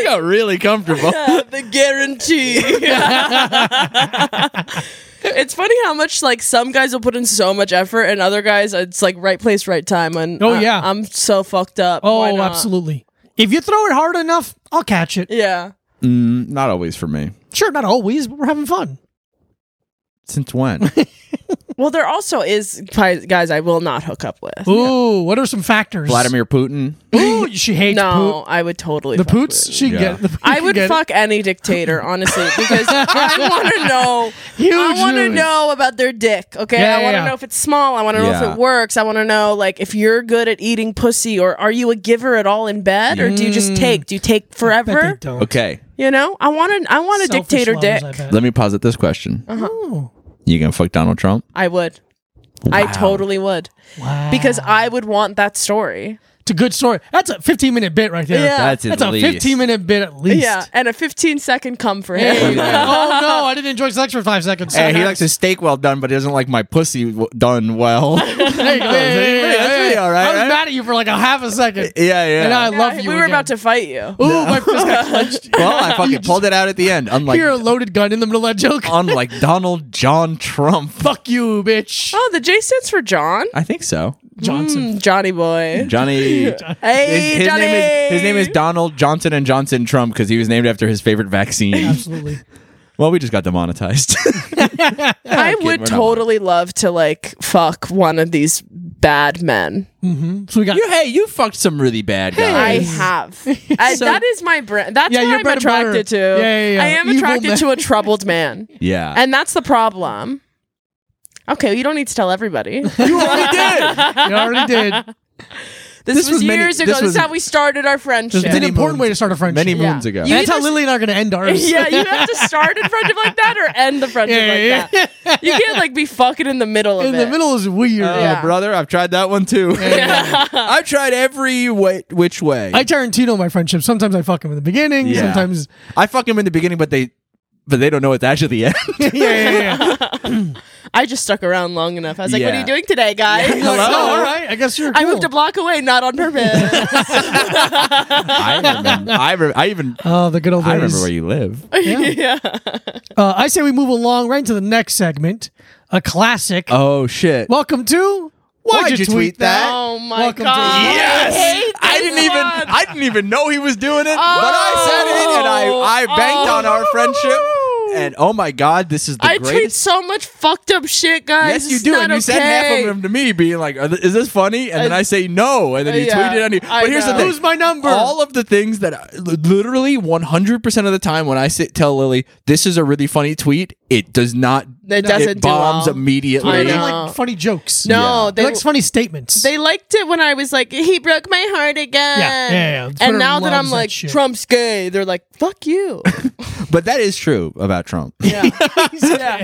S1: got really comfortable.
S3: the guarantee. it's funny how much like some guys will put in so much effort, and other guys it's like right place, right time. And
S2: Oh,
S3: I-
S2: yeah.
S3: I'm so fucked up. Why
S2: Oh,
S3: not?
S2: absolutely. If you throw it hard enough, I'll catch it.
S3: Yeah.
S1: Mm, not always for me.
S2: Sure, not always, but we're having fun.
S1: Since when?
S3: Well, there also is guys guys I will not hook up with.
S2: Ooh, what are some factors?
S1: Vladimir Putin.
S2: Ooh, she hates
S3: No, I would totally
S2: poot. the
S3: fuck with
S2: poots. She
S1: Yeah.
S2: get. The,
S3: I
S2: she
S3: would
S2: get it.
S3: fuck any dictator, honestly, because I want to know.
S2: Huge
S3: I want to
S2: news.
S3: know about their dick. Okay,
S2: Yeah,
S3: I
S2: yeah,
S3: want to
S2: yeah.
S3: know if it's small. I want to know
S1: Yeah.
S3: if it works. I want to know like if you're good at eating pussy, or are you a giver at all in bed, or do you just take? Do you
S2: Mm.
S3: take
S2: Bet they
S3: forever?
S2: don't.
S1: Okay,
S3: You know, I want to. I want a
S2: Selfish
S3: dictator
S2: lovers,
S3: dick.
S2: I
S3: I,
S2: bet.
S1: let me posit this question.
S2: Ooh,
S1: You gonna fuck Donald Trump?
S3: would. I totally would
S2: wow.
S3: because I would want that story.
S2: it's a good story. That's a 15 minute bit right there.
S3: Yeah.
S1: That's at
S2: That's a
S1: least.
S2: 15 minute bit at least.
S3: Yeah, and a 15 second come for him.
S2: Hey, oh no, I didn't enjoy sex for five seconds.
S1: Hey, he likes his steak well done, but he doesn't like my pussy w- done well. yeah,
S2: There you go. Yeah, yeah,
S1: Hey,
S2: yeah,
S1: that's
S2: yeah,
S1: pretty
S2: yeah.
S1: all right,
S2: I was
S1: right?
S2: mad at you for like a half a second. And I
S1: yeah.
S2: love you.
S3: we were
S2: again.
S3: about to fight you.
S2: Ooh, my fist got clenched.
S1: well, I fucking pulled it out at the end. Unlike
S2: You're a loaded gun in the middle of that joke.
S1: unlike Donald John Trump.
S2: Fuck you, bitch.
S3: Oh, the J stands for John.
S1: I think so.
S2: Johnson.
S3: Mm, Johnny boy.
S1: Johnny.
S3: Hey,
S1: His, his
S3: Johnny.
S1: name is his name is Donald Johnson and Johnson Trump because he was named after his favorite vaccine.
S2: Absolutely.
S1: well, we just got demonetized.
S3: I
S1: kidding,
S3: would
S1: we're not.
S3: totally love to like fuck one of these bad men.
S2: So we got
S1: you, hey, you fucked some really bad
S3: I
S1: guys.
S3: have. I, that is my brand. That's
S2: Yeah, your
S3: what I'm
S2: bread and butter.
S3: attracted to.
S2: Yeah, yeah, yeah.
S3: I am
S2: Evil
S3: attracted
S2: man.
S3: to a troubled man,
S1: yeah.
S3: and that's the problem. Okay, you don't need to tell everybody. This,
S1: you already did.
S2: You already did. It's
S3: was,
S1: was many-
S3: years ago.
S1: this
S3: This,
S1: was-
S3: is how we started our friendship.
S2: an
S1: Many
S2: important way to start a friendship.
S1: Many
S3: Yeah.
S1: moons ago.
S3: You
S2: That's how
S3: just-
S2: Lily and I are going to end ours.
S3: yeah, you have to start a friendship like that or end the friendship
S2: Yeah,
S3: like
S2: yeah,
S3: that. You can't like be fucking in the middle of
S2: in
S3: it.
S2: the middle is weird.
S1: Oh,
S3: Yeah.
S1: brother, I've tried that one too. I've tried every way, which way.
S2: I Tarantino my friendship. Sometimes I fuck him in the beginning.
S1: Yeah.
S2: Sometimes,
S1: I fuck him in the beginning, but they, but they don't know it's actually the end.
S2: yeah, yeah, yeah. yeah.
S3: I just stuck around long enough. I was like, "What
S1: Yeah.
S3: are you doing today, guys?"
S1: Hello?
S2: Like, oh, all right. I guess you're.
S3: I
S2: cool.
S3: moved a block away, not on purpose.
S1: I remember. I, re- I even.
S2: Oh, the good old days.
S1: I remember where you live.
S3: yeah.
S2: Uh, I say we move along right into the next segment, a classic.
S1: Oh shit!
S2: Welcome to Why'd, you tweet, that?
S3: Oh my
S2: Welcome to-
S3: god.
S1: yes,
S3: I, hate
S1: I
S3: this
S1: didn't even.
S3: one.
S1: I didn't even know he was doing it, but I
S3: Oh.
S1: said it, and I I banked on our friendship. And oh my god, this is the
S3: I tweet
S1: greatest.
S3: so much fucked up shit, guys.
S1: Yes, you
S3: It's
S1: do,
S3: not
S1: and you
S3: okay.
S1: sent half of them to me, being like, "Are th- "Is this funny?" And then
S3: I-
S1: I say no, and then you
S3: Yeah,
S1: tweeted on you.
S3: I
S1: But here's the
S3: know.
S1: thing:
S2: Lose my number.
S1: All of the things that I- li- literally 100 percent of the time when I sit, tell Lily this is a really funny tweet, it does not.
S3: It doesn't do
S1: bombs
S3: well.
S1: immediately.
S3: I
S2: They
S3: know.
S2: like funny jokes.
S3: No,
S2: They
S3: they
S2: like funny statements.
S3: they liked it when I was like, he broke my heart again.
S2: Yeah, yeah, yeah. Twitter
S3: And now that
S2: loves
S3: I'm
S2: that
S3: like,
S2: shit.
S3: Trump's gay, they're like, fuck you.
S1: But that is true about Trump.
S3: Yeah. yeah.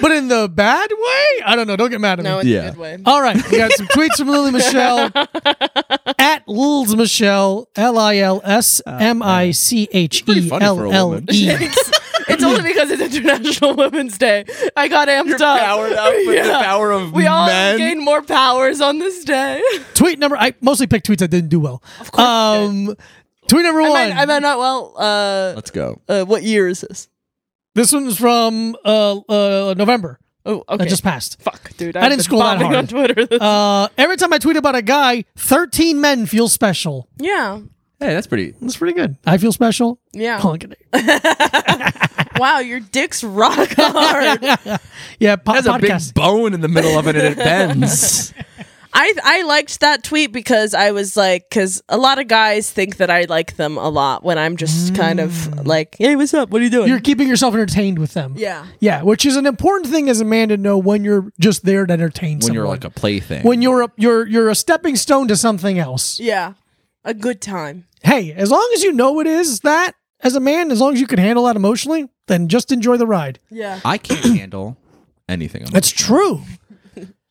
S2: but in the bad way? I don't know. Don't get mad at
S3: No,
S2: me.
S3: it's
S1: Yeah.
S3: a good way.
S2: All right, we got some tweets from Lily Michelle at Lils Michelle L I L S M I C H
S1: pretty
S2: E
S1: funny for a
S2: L L
S1: woman.
S2: E.
S3: It's only because it's International Women's Day. I got amped up.
S1: powered up with the power of
S3: we all
S1: men.
S3: gain more powers on this day.
S2: Tweet number. I mostly picked tweets that didn't do well. Of
S3: course you
S2: Um, tweet number
S3: I
S2: one.
S3: might, I might not. Well, uh,
S1: Let's go.
S3: uh, what year is this?
S2: This one's from uh, uh, November
S3: Oh,
S2: that
S3: okay.
S2: just passed.
S3: fuck, dude.
S2: I
S3: I've
S2: didn't
S3: been
S2: scroll that
S3: bombing
S2: hard.
S3: on Twitter. this-
S2: Uh, every time I tweet about a guy, 13 men feel special.
S3: yeah,
S1: Hey, that's pretty.
S2: That's pretty good. I feel special.
S3: yeah.
S2: Call it good.
S3: Wow, your dick's rock hard.
S2: Yeah, po-
S1: That's a big
S2: podcast.
S1: bone in the middle of it, and it bends.
S3: I I liked that tweet because I was like, because a lot of guys think that I like them a lot when I'm just kind of like, hey, what's up? What are you doing?
S2: Mm. You're keeping yourself entertained with them.
S3: yeah.
S2: Yeah, which is an important thing as a man to know when you're just there to entertain
S1: when
S2: someone.
S1: you're like a plaything.
S2: when you're a, you're you're a stepping stone to something else.
S3: Yeah. A good time.
S2: Hey, as long as you know it is that as a man, as long as you can handle that emotionally, then just enjoy the ride.
S3: Yeah.
S1: I can't handle anything. on
S2: That's true.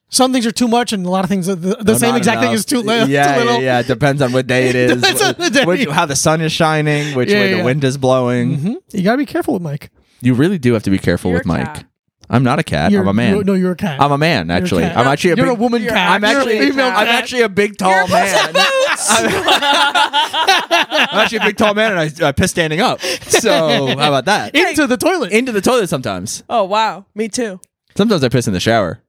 S2: Some things are too much, and a lot of things, are the, the same
S1: not
S2: exact thing
S1: enough.
S2: is too, li-
S1: yeah,
S2: too little.
S1: Yeah, yeah, it depends on what day it is,
S2: Depends on the
S1: wh-
S2: day.
S1: which, how the sun is shining, which
S2: Yeah,
S1: way
S2: yeah. Mm-hmm.
S1: the wind is blowing.
S2: You gotta be careful with Mike.
S1: You really do have to be careful
S3: You're
S1: with
S3: a
S1: Mike.
S3: cat.
S1: I'm not a cat.
S2: You're,
S1: I'm a man.
S2: you're- no, you're a cat.
S1: I'm a man. Actually,
S2: cat.
S1: I'm actually a
S2: you're
S1: big,
S2: a woman
S3: You're-
S2: cat.
S1: I'm
S3: You're a
S1: actually
S3: female
S1: I'm
S3: cat.
S1: actually a big tall man. I'm actually a big tall man, and I, I piss standing up. So how about that?
S2: into the toilet.
S1: Into the toilet sometimes.
S3: Oh wow, me too.
S1: Sometimes I piss in the shower.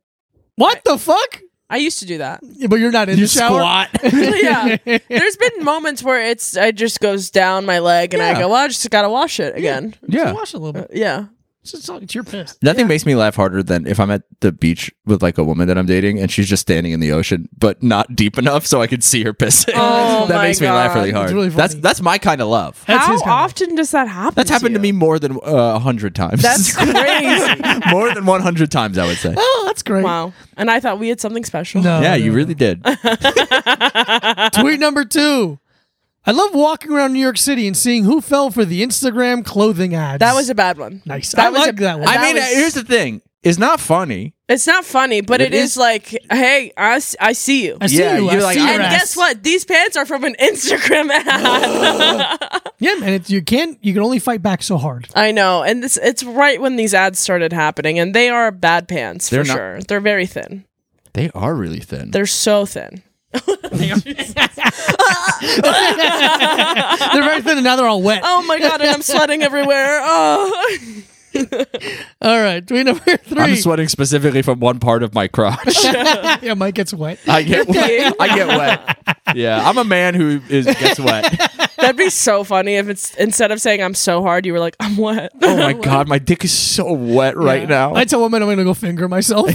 S2: what the fuck?
S3: I used to do that.
S2: Yeah, but you're not in
S1: You
S2: the shower.
S1: squat.
S3: yeah. There's been moments where it's it just goes down my leg and I
S1: Yeah.
S3: go, well, I just gotta wash it again.
S1: yeah.
S2: Wash a little bit.
S3: Yeah.
S2: It's, it's, it's your piss.
S1: Nothing makes me laugh harder than if I'm at the beach with like a woman that I'm dating and she's just standing in the ocean, but not deep enough so I could see her pissing.
S3: Oh
S1: that
S3: my
S1: makes me laugh
S3: God.
S1: really hard.
S2: It's really
S1: that's
S2: funny.
S1: that's my kind of love.
S2: That's
S3: How
S2: his kind of-
S3: often does that happen?
S1: That's happened to
S3: you?
S1: me more than uh, a hundred times.
S3: That's crazy.
S1: more than one hundred times, I would say.
S2: Oh, that's great.
S3: wow. And I thought we had something special.
S2: No,
S1: yeah,
S2: no,
S1: you
S2: no.
S1: really did.
S2: Tweet number two. I love walking around New York City and seeing who fell for the Instagram clothing ads.
S3: That was a bad one.
S2: nice.
S3: that
S2: I
S3: was a-
S2: like that one.
S3: I-
S1: I mean,
S3: was-
S1: here's the thing: it's not funny.
S3: It's not funny, but
S1: It
S3: it is,
S1: is-
S3: like, hey, I, s- I see you.
S2: I see
S1: yeah,
S2: you. I
S1: you're like,
S2: see
S1: I-
S2: your
S3: and
S2: ass.
S3: guess what? These pants are from an Instagram ad.
S2: Yeah, man. It's, you can't. You can only fight back so hard.
S3: I know, and this it's right when these ads started happening, and they are bad pants
S1: They're
S3: for
S1: not-
S3: sure. They're very thin.
S1: They are really thin.
S3: They're so thin.
S2: They're very thin and now they're all wet.
S3: Oh my god, and I'm sweating everywhere. Oh,
S2: All right, tweet number 3
S1: I'm sweating specifically from one part of my crotch.
S2: yeah, Mike gets wet.
S1: I get
S3: peeing?
S1: wet. I get wet. Yeah, I'm a man who is gets wet.
S3: that'd be so funny if it's instead of saying I'm so hard, you were like I'm wet.
S1: Oh my god, my dick is so wet right now.
S2: I tell women I'm gonna go finger myself.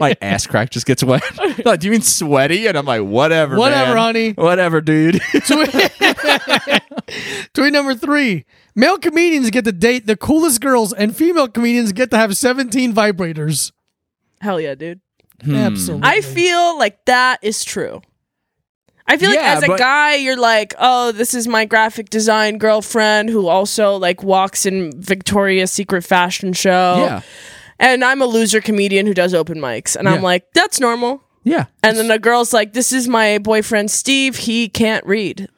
S1: my ass crack just gets wet. No, do you mean sweaty? And I'm like, whatever,
S2: Whatever,
S1: man.
S2: honey.
S1: whatever, dude.
S2: Tweet number three: Male comedians get to date the coolest girls, and female comedians get to have 17 vibrators.
S3: Hell yeah, dude.
S2: Hmm. Absolutely.
S1: Mm-hmm.
S3: I feel like that is true. I feel
S1: Yeah,
S3: like as a
S1: but-
S3: guy, you're like, oh, this is my graphic design girlfriend who also like walks in Victoria's Secret fashion
S2: Oh.
S3: show.
S1: yeah,
S3: And I'm a loser comedian who does open mics. And
S1: Yeah.
S3: I'm like, that's normal.
S1: yeah.
S3: And then the girl's like, this is my boyfriend Steve. He can't read.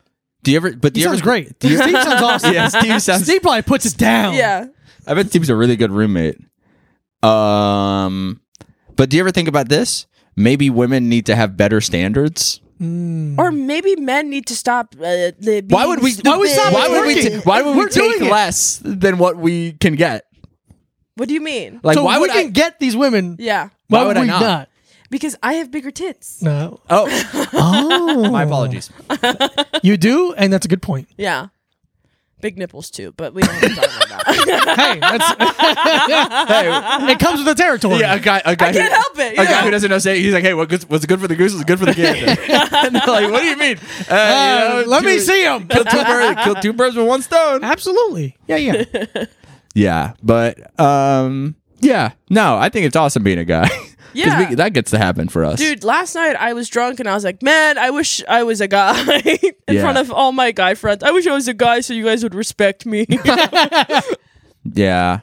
S1: Do you ever? But do
S2: He
S1: you
S2: sounds
S1: ever,
S2: great. Steve sounds awesome.
S1: Yeah, Steve sounds.
S2: Steve probably puts it
S1: Oh.
S2: down.
S3: Yeah.
S1: I bet Steve's a really good roommate. Um, but do you ever think about this? Maybe women need to have better standards.
S3: Or maybe men need to stop. Uh, the
S1: Why
S3: being
S1: would we?
S3: stupid.
S2: why would stop
S1: Why would we?
S2: working?
S1: ta- why would
S2: We're
S1: we take
S2: doing it.
S1: less than what we can get?
S3: What do you mean?
S1: Like,
S2: so
S1: why
S2: we
S1: would
S2: can
S1: I?
S2: get these women.
S3: Yeah.
S2: Why,
S1: Why
S2: would
S1: would I
S2: we
S1: not?
S2: not?
S3: Because I have bigger tits.
S2: No.
S1: Oh,
S2: Oh,
S1: my apologies.
S2: You do, and that's a good point.
S3: Yeah. Big nipples too, but we don't have to talk about that.
S2: Hey, that's,
S1: hey,
S2: it comes with the territory.
S1: yeah, a guy, a guy
S3: I
S1: who,
S3: can't help it.
S1: A guy
S3: yeah.
S1: who doesn't know say he's like, hey, what good, what's good for the goose is good for the gander. and they're like, what do you mean? Uh,
S2: Uh,
S1: you know,
S2: let
S1: two-
S2: me see him.
S1: Kill two, birds, kill two birds with one stone.
S2: Absolutely. Yeah, yeah.
S1: Yeah, but um, yeah, no, I think it's awesome being a guy. 'Cause
S3: Yeah.
S1: we- that gets to happen for us.
S3: Dude, last night I was drunk and I was like, man, I wish I was a guy in
S1: Yeah.
S3: front of all my guy friends. I wish I was a guy so you guys would respect me
S1: Yeah.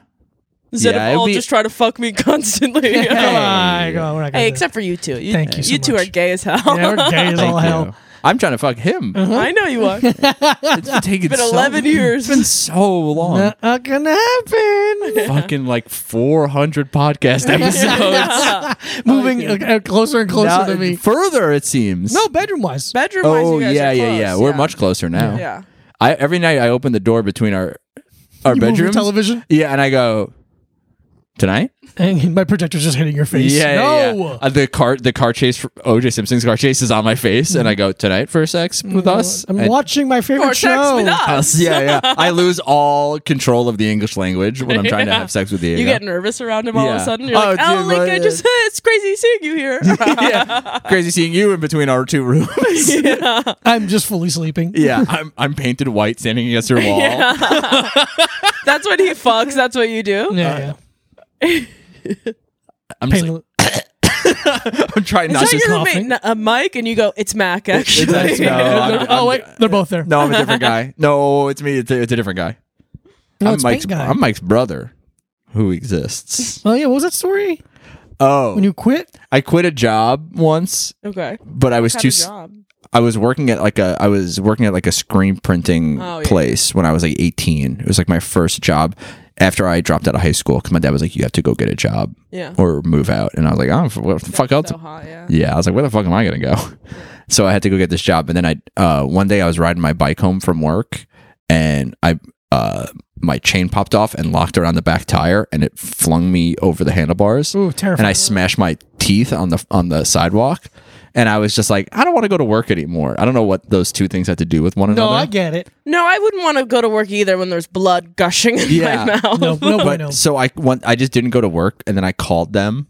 S1: Yeah,
S3: instead of
S1: it'd
S3: all
S1: be-
S3: just try to fuck me constantly.
S2: Come
S3: hey,
S2: on, go. We're not gonna do
S3: except for you two. You,
S2: Thank you so
S3: two
S2: much.
S3: are gay as hell.
S2: that. yeah, we're gay as all
S1: Thank
S2: hell.
S1: you. I'm trying to fuck him.
S3: I know you are. It's
S1: It's been taking
S3: been
S1: so-
S3: 11 years.
S1: It's been so long.
S2: Not Uh, gonna happen.
S1: Fucking like 400 podcast episodes.
S2: Moving uh, closer and closer
S1: Now-
S2: to me.
S1: Further, it seems.
S2: No, bedroom wise.
S3: Bedroom wise,
S1: Oh
S3: you guys
S1: yeah,
S3: are
S1: yeah,
S3: close.
S1: yeah. We're much closer now.
S3: Yeah.
S1: I every night I open the door between our our
S2: You move your
S1: bedrooms.
S2: television?
S1: Yeah, and I go tonight.
S2: And my projector's just hitting your face.
S1: Yeah, yeah,
S2: no.
S1: yeah. Uh, the car the car chase for OJ Simpson's car chase is on my face, and I go tonight for sex with us.
S2: Mm-hmm. I'm
S1: And-
S2: watching my favorite
S3: Or sex
S2: show.
S3: with us.
S1: us. Yeah, yeah. I lose all control of the English language when I'm trying to have sex with you.
S3: You get nervous around him all of
S1: Yeah.
S3: a sudden. You're
S1: Oh,
S3: like, oh,
S1: dude,
S3: like,
S1: my-
S3: I just, it's crazy seeing you here.
S1: yeah, crazy seeing you in between our two rooms.
S2: I'm just fully sleeping.
S1: yeah, I'm I'm painted white, standing against your wall.
S3: That's what he fucks. That's what you do.
S2: Yeah, yeah.
S1: I'm, just
S2: Pain-
S1: like, I'm trying not
S3: Is
S1: to.
S3: that your
S2: coughing.
S3: roommate, N- uh, Mike? And you go, it's Mac, actually.
S1: That's- no, I'm-
S2: oh wait, they're both there.
S1: No, I'm a different guy. No, it's me. It's a, it's a different guy.
S2: No,
S1: I'm
S2: it's
S1: Mike's.
S2: Pink Guy.
S1: I'm Mike's brother, who exists.
S2: oh yeah, what was that story?
S1: Oh,
S2: When you quit?
S1: I quit a job once,
S3: okay.
S1: but I was
S3: Have
S1: too.
S3: a
S1: s-
S3: job.
S1: I was working at like a. I was working at like a screen printing
S3: Oh, yeah.
S1: place when I was like 18. It was like my first job after I dropped out of high school because my dad was like, "You have to go get a job
S3: Yeah.
S1: or move out," and I was like, "I don't. What the fuck else?
S3: So hot, yeah.
S1: Yeah, I was like, where the fuck am I gonna go? So I had to go get this job, and then I uh, one day I was riding my bike home from work, and I uh, my chain popped off and locked around the back tire, and it flung me over the handlebars.
S2: Ooh, terrifying.
S1: And I smashed my teeth on the on the sidewalk. And I was just like, I don't want to go to work anymore. I don't know what those two things had to do with one
S2: No,
S1: another.
S2: I get it.
S3: No, I wouldn't want to go to work either when there's blood gushing in
S1: Yeah.
S3: my mouth.
S2: No, no
S1: but
S2: bueno.
S1: so I went, I just didn't go to work, and then I called them,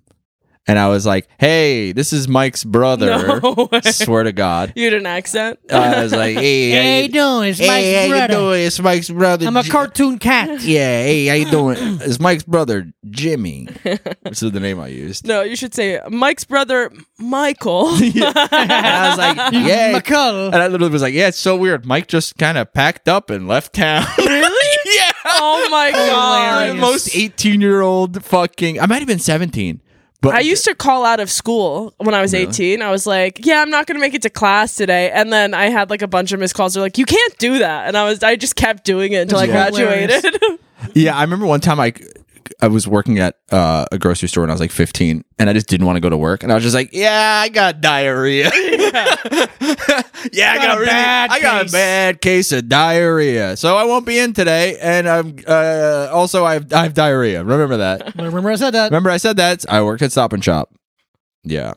S1: and I was like, "Hey, this is Mike's brother."
S3: No way.
S1: Swear to God,
S3: You had an accent.
S1: Uh, I was like, "Hey, how
S2: Hey,
S1: you-
S2: doing? It's Mike's
S1: hey, how you
S2: brother.
S1: doing? It's Mike's brother.
S2: I'm a
S1: Ji-
S2: cartoon cat.
S1: Yeah, hey, how you doing? It's Mike's brother Jimmy, which is the name I used.
S3: no, you should say Mike's brother Michael.
S1: And I was like, "Yeah."
S2: McCall.
S1: And I literally was like, "Yeah, it's so weird. Mike just kind of packed up and left town." Really? yeah.
S3: oh my
S1: I'm the
S3: god.
S2: Hilarious.
S1: most 18 year old fucking. I might have been 17, but
S3: I used to call out of school when I was 18. I was like, "Yeah, I'm not going to make it to class today." And then I had like a bunch of missed calls. They're like, "You can't do that." And I was I just kept doing it until I
S2: That's hilarious.
S3: graduated.
S1: Yeah, I remember one time I I was working at uh, a grocery store when I was like 15, and I just didn't want to go to work, and I was just like, "Yeah, I got diarrhea. yeah, I got,
S2: Got a
S1: really,
S2: bad
S1: I got a
S2: case."
S1: bad case of diarrhea, so I won't be in today, and I'm uh, also I have I have diarrhea. Remember that?
S2: Remember I said that.
S1: remember I said that? I worked at Stop and Shop. Yeah,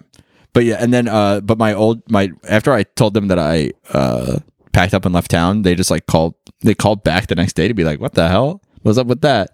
S1: but yeah, and then uh, but my old my after I told them that I uh packed up and left town, they just like called they called back the next day to be like, what the hell was up with that?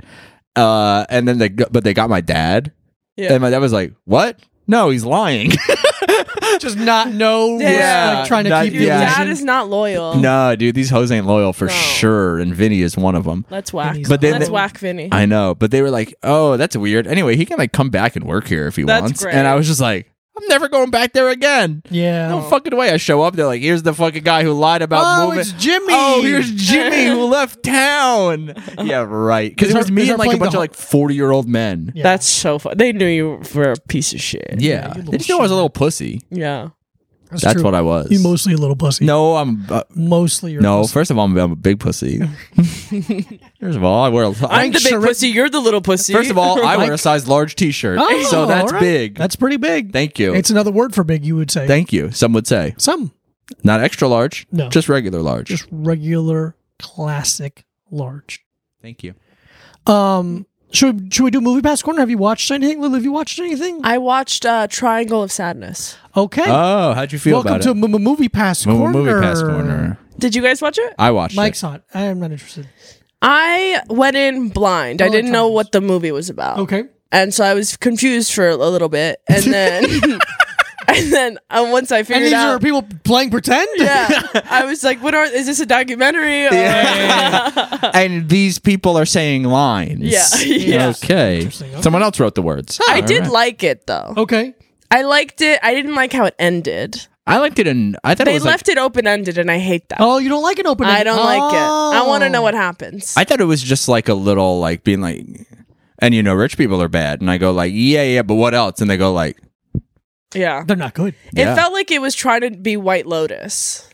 S1: Uh, and then they got- but they got my dad,
S3: Yeah.
S1: and my dad was like, what? No, he's lying.
S2: Just not know.
S3: Yeah.
S2: Like trying to
S1: Not-
S2: keep
S3: Your
S2: you.
S1: Yeah.
S3: dad is not loyal.
S1: no, dude, these hoes ain't loyal for
S3: No.
S1: sure, and Vinny is one of them.
S3: Let's whack.
S2: Vinny's
S1: But then
S3: Let's
S1: they-
S3: whack Vinny.
S1: I know, but they were like, "Oh, that's weird." Anyway, he can like come back and work here if he
S3: That's
S1: wants,
S3: great. Oh.
S1: and I was just like, "I'm never going back there again."
S2: Yeah.
S1: No fucking way. I show up. They're like, here's the fucking guy who lied about
S2: Oh,
S1: moving.
S2: it's Jimmy.
S1: Oh, here's Jimmy who left town. Yeah, right. Because
S2: Is
S1: it
S2: our-
S1: was me
S2: is our
S1: and like a
S2: playing the
S1: bunch of
S2: whole-
S1: like 40 year old men. Yeah.
S2: Yeah.
S3: That's so fun. They knew you were a piece of shit.
S2: you little
S1: They just knew I was a little pussy.
S3: Yeah.
S2: That's,
S1: That's
S2: true.
S1: what I was.
S2: You mostly a little pussy.
S1: no, I'm. Uh,
S2: Mostly. You're a
S1: no,
S2: pussy.
S1: first of all, I'm, I'm a big pussy. first of all, I wear a.
S3: I'm the big
S2: Sharif-
S3: pussy. You're the little pussy.
S1: first of all, I
S2: Like-
S1: wear a size large t shirt.
S2: Oh,
S1: so that's
S2: alright.
S1: big.
S2: That's pretty big.
S1: Thank you.
S2: It's another word for big. You would say.
S1: Thank you. Some would say.
S2: Some
S1: Not extra large.
S2: No.
S1: Just regular large.
S2: just regular, classic, large.
S1: Thank you.
S2: Um, should should we do movie pass corner? Have you watched anything, Lily? Have you watched anything?
S3: I watched uh, Triangle of Sadness.
S2: Okay.
S1: Oh, how'd you feel
S2: Welcome
S1: about
S2: to
S1: it?
S2: M- M- movie pass
S1: Mo-
S2: corner.
S1: Movie Pass Corner.
S3: Did you guys watch it?
S1: I watched
S2: Mike's on. I am not interested.
S3: I went in blind. I
S2: Oh,
S3: didn't know
S2: Triangle.
S3: what the movie was about.
S2: Okay.
S3: And so I was confused for a little bit. And then and then uh, once I
S2: And
S3: figured
S2: these are
S3: out
S2: people playing pretend.
S3: yeah, I was like, "What are? Is this a documentary?" Or,
S1: it. And these people are saying lines.
S3: Yeah, yeah.
S1: Okay.
S2: okay.
S1: Someone else wrote the words.
S3: I
S1: All
S3: did
S1: right.
S3: like it though.
S2: Okay.
S3: I liked it. I didn't like how it ended.
S1: I liked it, and I thought it
S3: They
S1: was like-
S3: left it open ended, and I hate that.
S2: Oh, you don't like an Oh. open.
S3: I don't like it. I want to know what happens.
S1: I thought it was just like a little like being like, and you know, rich people are bad, and I go like, yeah, yeah, but what else? And they go
S2: Mm.
S1: like,
S3: yeah.
S2: They're not good.
S1: yeah,
S3: It felt like it was trying to be White Lotus.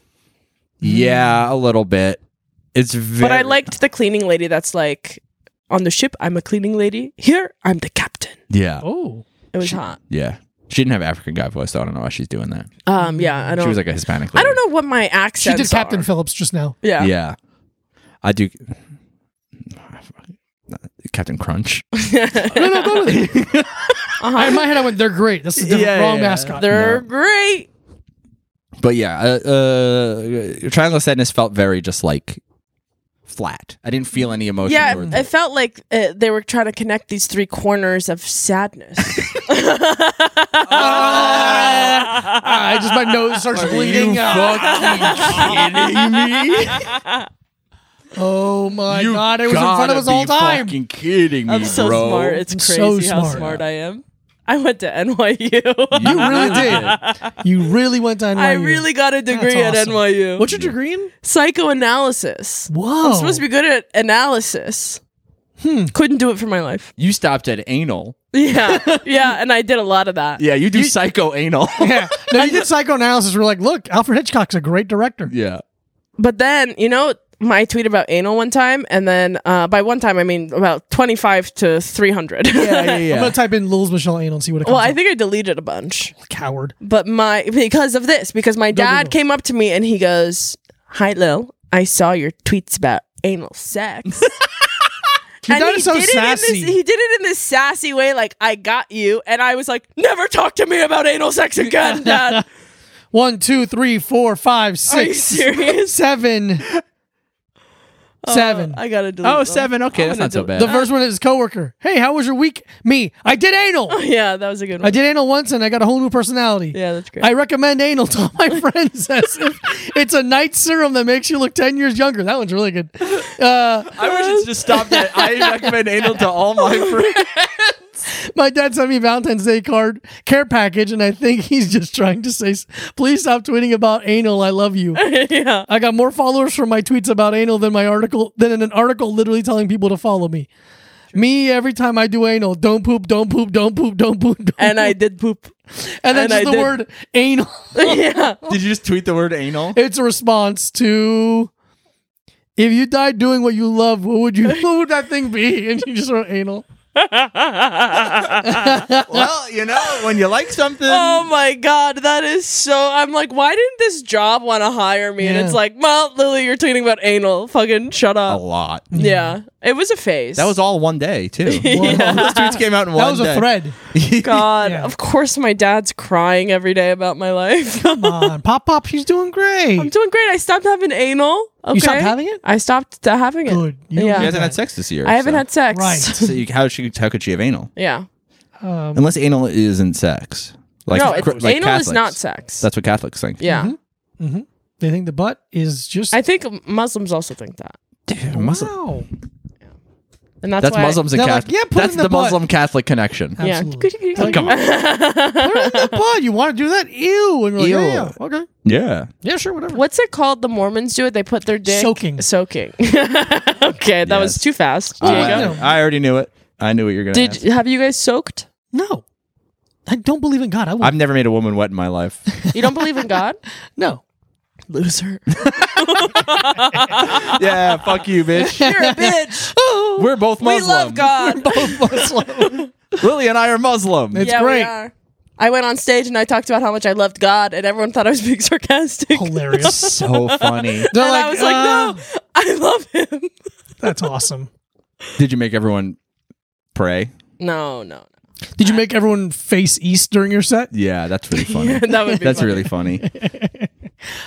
S1: yeah, a little bit. It's very.
S3: But I liked the cleaning lady that's like, on the ship, I'm a cleaning lady. Here, I'm the captain.
S1: Yeah,
S2: Oh.
S3: It was hot.
S1: yeah. She didn't have African guy voice, so I don't know why she's doing that.
S3: Um, yeah, I don't.
S1: She was like a Hispanic.
S3: I
S1: Lady.
S3: don't know what my
S2: She
S3: accent.
S2: did Captain Phillips just now.
S3: Yeah.
S1: Yeah, I do. Captain Crunch.
S2: No, no, go with it. I- In my head, I went, they're great. This is the
S1: Yeah,
S2: wrong
S1: yeah, yeah.
S2: mascot.
S3: They're
S1: No.
S3: great.
S1: But yeah, uh, uh, Triangle of Sadness felt very just like flat. I didn't feel any emotion.
S3: Yeah,
S1: towards
S3: it,
S1: it.
S3: it felt like uh, they were trying to connect these three corners of sadness.
S2: I just, my nose starts Ah! bleeding.
S1: you
S2: Ah.
S1: fucking kidding me?
S2: Oh my
S1: you
S2: God. It was in front
S1: gotta
S2: of us all
S1: be
S2: time.
S1: Fucking kidding me,
S3: I'm so
S1: bro.
S3: smart. It's
S2: I'm
S3: crazy
S2: so
S3: how
S2: smart.
S3: smart I am. I went to NYU.
S2: You really did. You really went to NYU.
S3: I really got a degree
S2: That's
S3: at
S2: awesome.
S3: NYU.
S2: What's your degree in?
S3: Psychoanalysis.
S2: Whoa.
S3: I'm supposed to be good at analysis.
S2: Hmm.
S3: Couldn't do it for my life.
S1: You stopped at anal.
S3: Yeah. yeah. And I did a lot of that.
S1: Yeah, you do psycho anal.
S2: Yeah. No, you did psychoanalysis. We're like, look, Alfred Hitchcock's a great director.
S1: yeah.
S3: But then, you know, my tweet about anal one time, and then uh, by one time, I mean about 25 to 300.
S1: Yeah, yeah,
S2: I'm
S1: yeah.
S2: going to type in Lil's Michelle Anal and see what it comes
S3: well, I
S2: up.
S3: think I deleted a bunch.
S2: Coward.
S3: But my, because of this, because my
S2: no,
S3: dad
S2: no.
S3: came up to me and he goes, Hi, Lil, I saw your tweets about anal sex.
S2: Your dad is so
S3: did It
S2: sassy.
S3: in this, he did it in this sassy way, like I got you, and I was like, never talk to me about anal sex again, Dad.
S2: One, two, three, four, five,
S3: Are you
S2: six,
S3: serious? Oh,
S2: seven, seven.
S3: I gotta delete.
S1: Oh,
S3: them.
S1: seven. Okay,
S3: I'm
S1: that's
S3: gonna
S1: not so
S3: do-
S1: bad.
S2: the first one is coworker. Hey, how was your week? Me. I did anal.
S3: Yeah, that was a good
S2: I
S3: one.
S2: did anal once, and I got a whole new personality.
S3: Yeah, that's great.
S2: I recommend anal to all my friends. As if it's a night serum that makes you look ten years younger. That one's really good. Uh,
S1: I wish it's just stopped at I recommend anal to all my friends.
S2: my dad sent me a Valentine's Day card care package, and I think he's just trying to say, "Please stop tweeting about anal. I love you."
S3: yeah.
S2: I got more followers from my tweets about anal than my article than in an article literally telling people to follow me. Me every time I do anal, don't poop, don't poop, don't poop, don't poop, don't
S3: And I
S2: poop.
S3: did poop.
S2: and then
S3: and
S2: just
S3: I
S2: the
S3: did-
S2: word anal.
S3: yeah.
S1: Did you just tweet the word anal?
S2: It's a response to if you died doing what you love, what would you what would that thing be? And you just wrote anal.
S1: well, you know, when you like something.
S3: Oh my god, that is so. I'm like, why didn't this job want to hire me? And
S2: Yeah.
S3: it's like, well, Lily, you're tweeting about anal. Fucking shut
S1: a
S3: up.
S1: lot.
S3: Yeah, it was a phase.
S1: That was all one day too.
S2: Yeah.
S1: Those tweets came out in
S2: That
S1: one
S2: was a
S1: day.
S2: thread.
S3: God,
S2: Yeah.
S3: of course, my dad's crying every day about my life.
S2: Come on. Pop Pop, she's doing great.
S3: I'm doing great. I stopped having anal. Okay?
S2: stopped having it?
S3: I stopped t- having it.
S2: Good. You
S3: Yeah.
S1: She
S3: You
S1: hasn't had sex this year.
S3: I haven't
S1: so.
S3: had sex.
S2: Right.
S1: So you, how she how could she have anal?
S3: Yeah.
S2: Um,
S1: Unless anal isn't sex. Like
S3: no, it's,
S1: cr- like
S3: anal
S1: Catholics.
S3: is not sex.
S1: That's what Catholics think.
S3: yeah.
S2: Mm-hmm. they think the butt is just
S3: I think Muslims also think that.
S1: Dude, Muslim.
S2: Wow.
S3: And that's,
S1: That's
S3: why
S1: Muslims and
S2: They're like,
S1: Catholics.
S2: "Yeah, put it
S1: that's
S2: in the
S1: the
S2: butt."
S1: Muslim Catholic connection.
S3: Yeah.
S2: Absolutely. Like,
S1: Come on.
S2: "Put it in the butt. You want to do that? Ew. And we're like,
S1: Ew.
S2: yeah, yeah, okay.
S1: Yeah.
S2: Yeah, sure, whatever.
S3: What's it called? The Mormons do it. They put their dick
S2: Soaking.
S3: Soaking. okay, that was
S1: Yes.
S3: too fast.
S1: Uh,
S3: Diego.
S2: go.
S1: I already knew it. I knew what you're gonna.
S3: Did
S1: ask.
S3: have you guys soaked?
S2: No. I don't believe in God. I would
S1: I've never made a woman wet in my life.
S3: You don't believe in God?
S2: no.
S3: Loser.
S1: yeah, fuck you, bitch.
S3: You're a bitch.
S1: We're both
S3: we
S1: Muslim.
S3: love God.
S2: Both Muslim.
S1: Lily and I are Muslim.
S2: It's
S3: yeah,
S2: great.
S3: we are. I went on stage and I talked about how much I loved God, and everyone thought I was being sarcastic.
S2: Hilarious.
S1: so funny.
S2: They're
S3: and I was like,
S2: Oh, "Uh,
S3: no, I love him.
S2: That's awesome.
S1: Did you make everyone pray?
S3: No, no,
S2: Did you make everyone face east during your set?
S1: Yeah, that's really funny.
S3: no. that would be
S1: That's
S3: funny.
S1: really funny.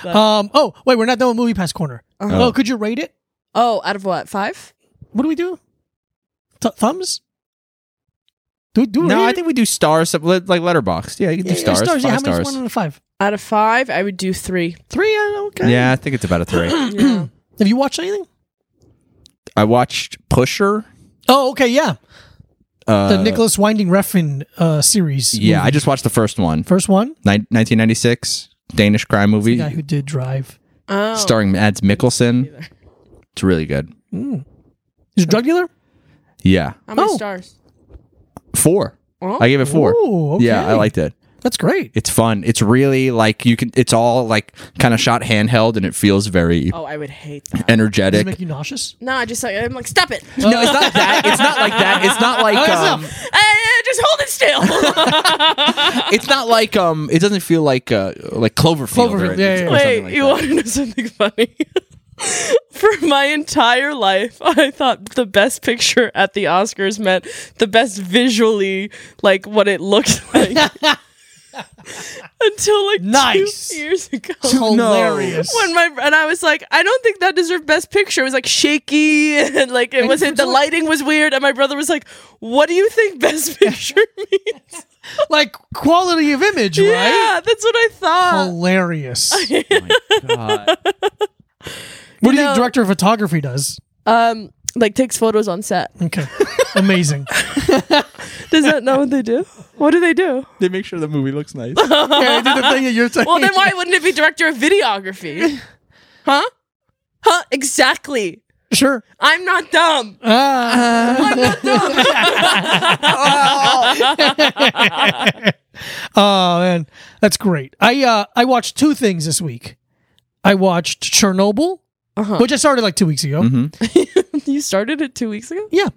S2: Um. Oh, wait, we're not done with Movie Pass Corner.
S1: Uh-huh.
S2: Oh, could you rate it?
S3: Oh, out of what five?
S2: What do we do? Th- thumbs? Do we do we
S1: No,
S2: rate
S1: I
S2: it?
S1: think we do stars, some- like letterbox. Yeah, you can
S2: Yeah,
S1: do stars.
S2: stars. Yeah,
S1: Five
S2: how many is
S1: stars.
S2: one out of five?
S3: Out of five, I would do three.
S2: Three? Uh, okay.
S1: Yeah, I think it's about a three.
S3: Yeah.
S2: Have you watched anything?
S1: I watched Pusher.
S2: Oh, okay. Yeah.
S1: Uh,
S2: The Nicholas Winding Refn uh, series.
S1: Yeah,
S2: movie.
S1: I just watched the first one,
S2: First one,
S1: Nin- 1996 Danish crime movie
S2: the guy who did Drive.
S3: Oh.
S1: starring Mads Mikkelsen. It's really good.
S2: He's a drug dealer?
S1: Yeah,
S3: How many
S2: Oh.
S3: stars?
S1: four.
S3: Oh.
S1: I gave it four.
S2: Ooh, okay.
S1: Yeah, I liked it.
S2: That's great.
S1: It's fun. It's really like you can. It's all like kind of shot handheld, and it feels very
S3: Oh, I would hate that.
S2: Does it
S1: energetic.
S2: make you nauseous?
S3: No, I just like I'm like stop it. Eh,
S1: no, it's not that. It's not like that. It's not like
S2: it's
S1: um,
S3: eh, just hold it still.
S1: it's not like um. It doesn't feel like uh like Cloverfield. or-
S2: Cloverfield, yeah,
S1: or
S2: yeah, yeah.
S3: Wait,
S1: something
S3: you
S1: like
S3: want to know something funny? For my entire life, I thought the best picture at the Oscars meant the best visually, like what it looked like. Until like
S2: Nice.
S3: two years ago.
S2: Hilarious.
S3: When my and I was like, I don't think that deserved best picture. It was like shaky and like it
S2: And
S3: wasn't the
S2: it's-
S3: lighting was weird. And my brother was like, What do you think best picture means?
S2: like quality of image, right?
S3: Yeah, that's what I thought.
S2: Hilarious. what
S1: that. Oh God.
S2: do you
S3: know-
S2: think director of photography does?
S3: Um, like takes photos on set.
S2: Okay. Amazing.
S3: Does that not what they do? What do they do?
S1: They make sure the movie looks nice.
S2: yeah, I did the thing that you're saying.
S3: Well, then why wouldn't it be director of videography? Huh? Huh? Exactly.
S2: Sure.
S3: I'm not dumb.
S2: Uh, oh man, that's great. I uh, I watched two things this week. I watched Chernobyl, which I started like two weeks ago.
S3: you started it two weeks ago.
S2: Yeah,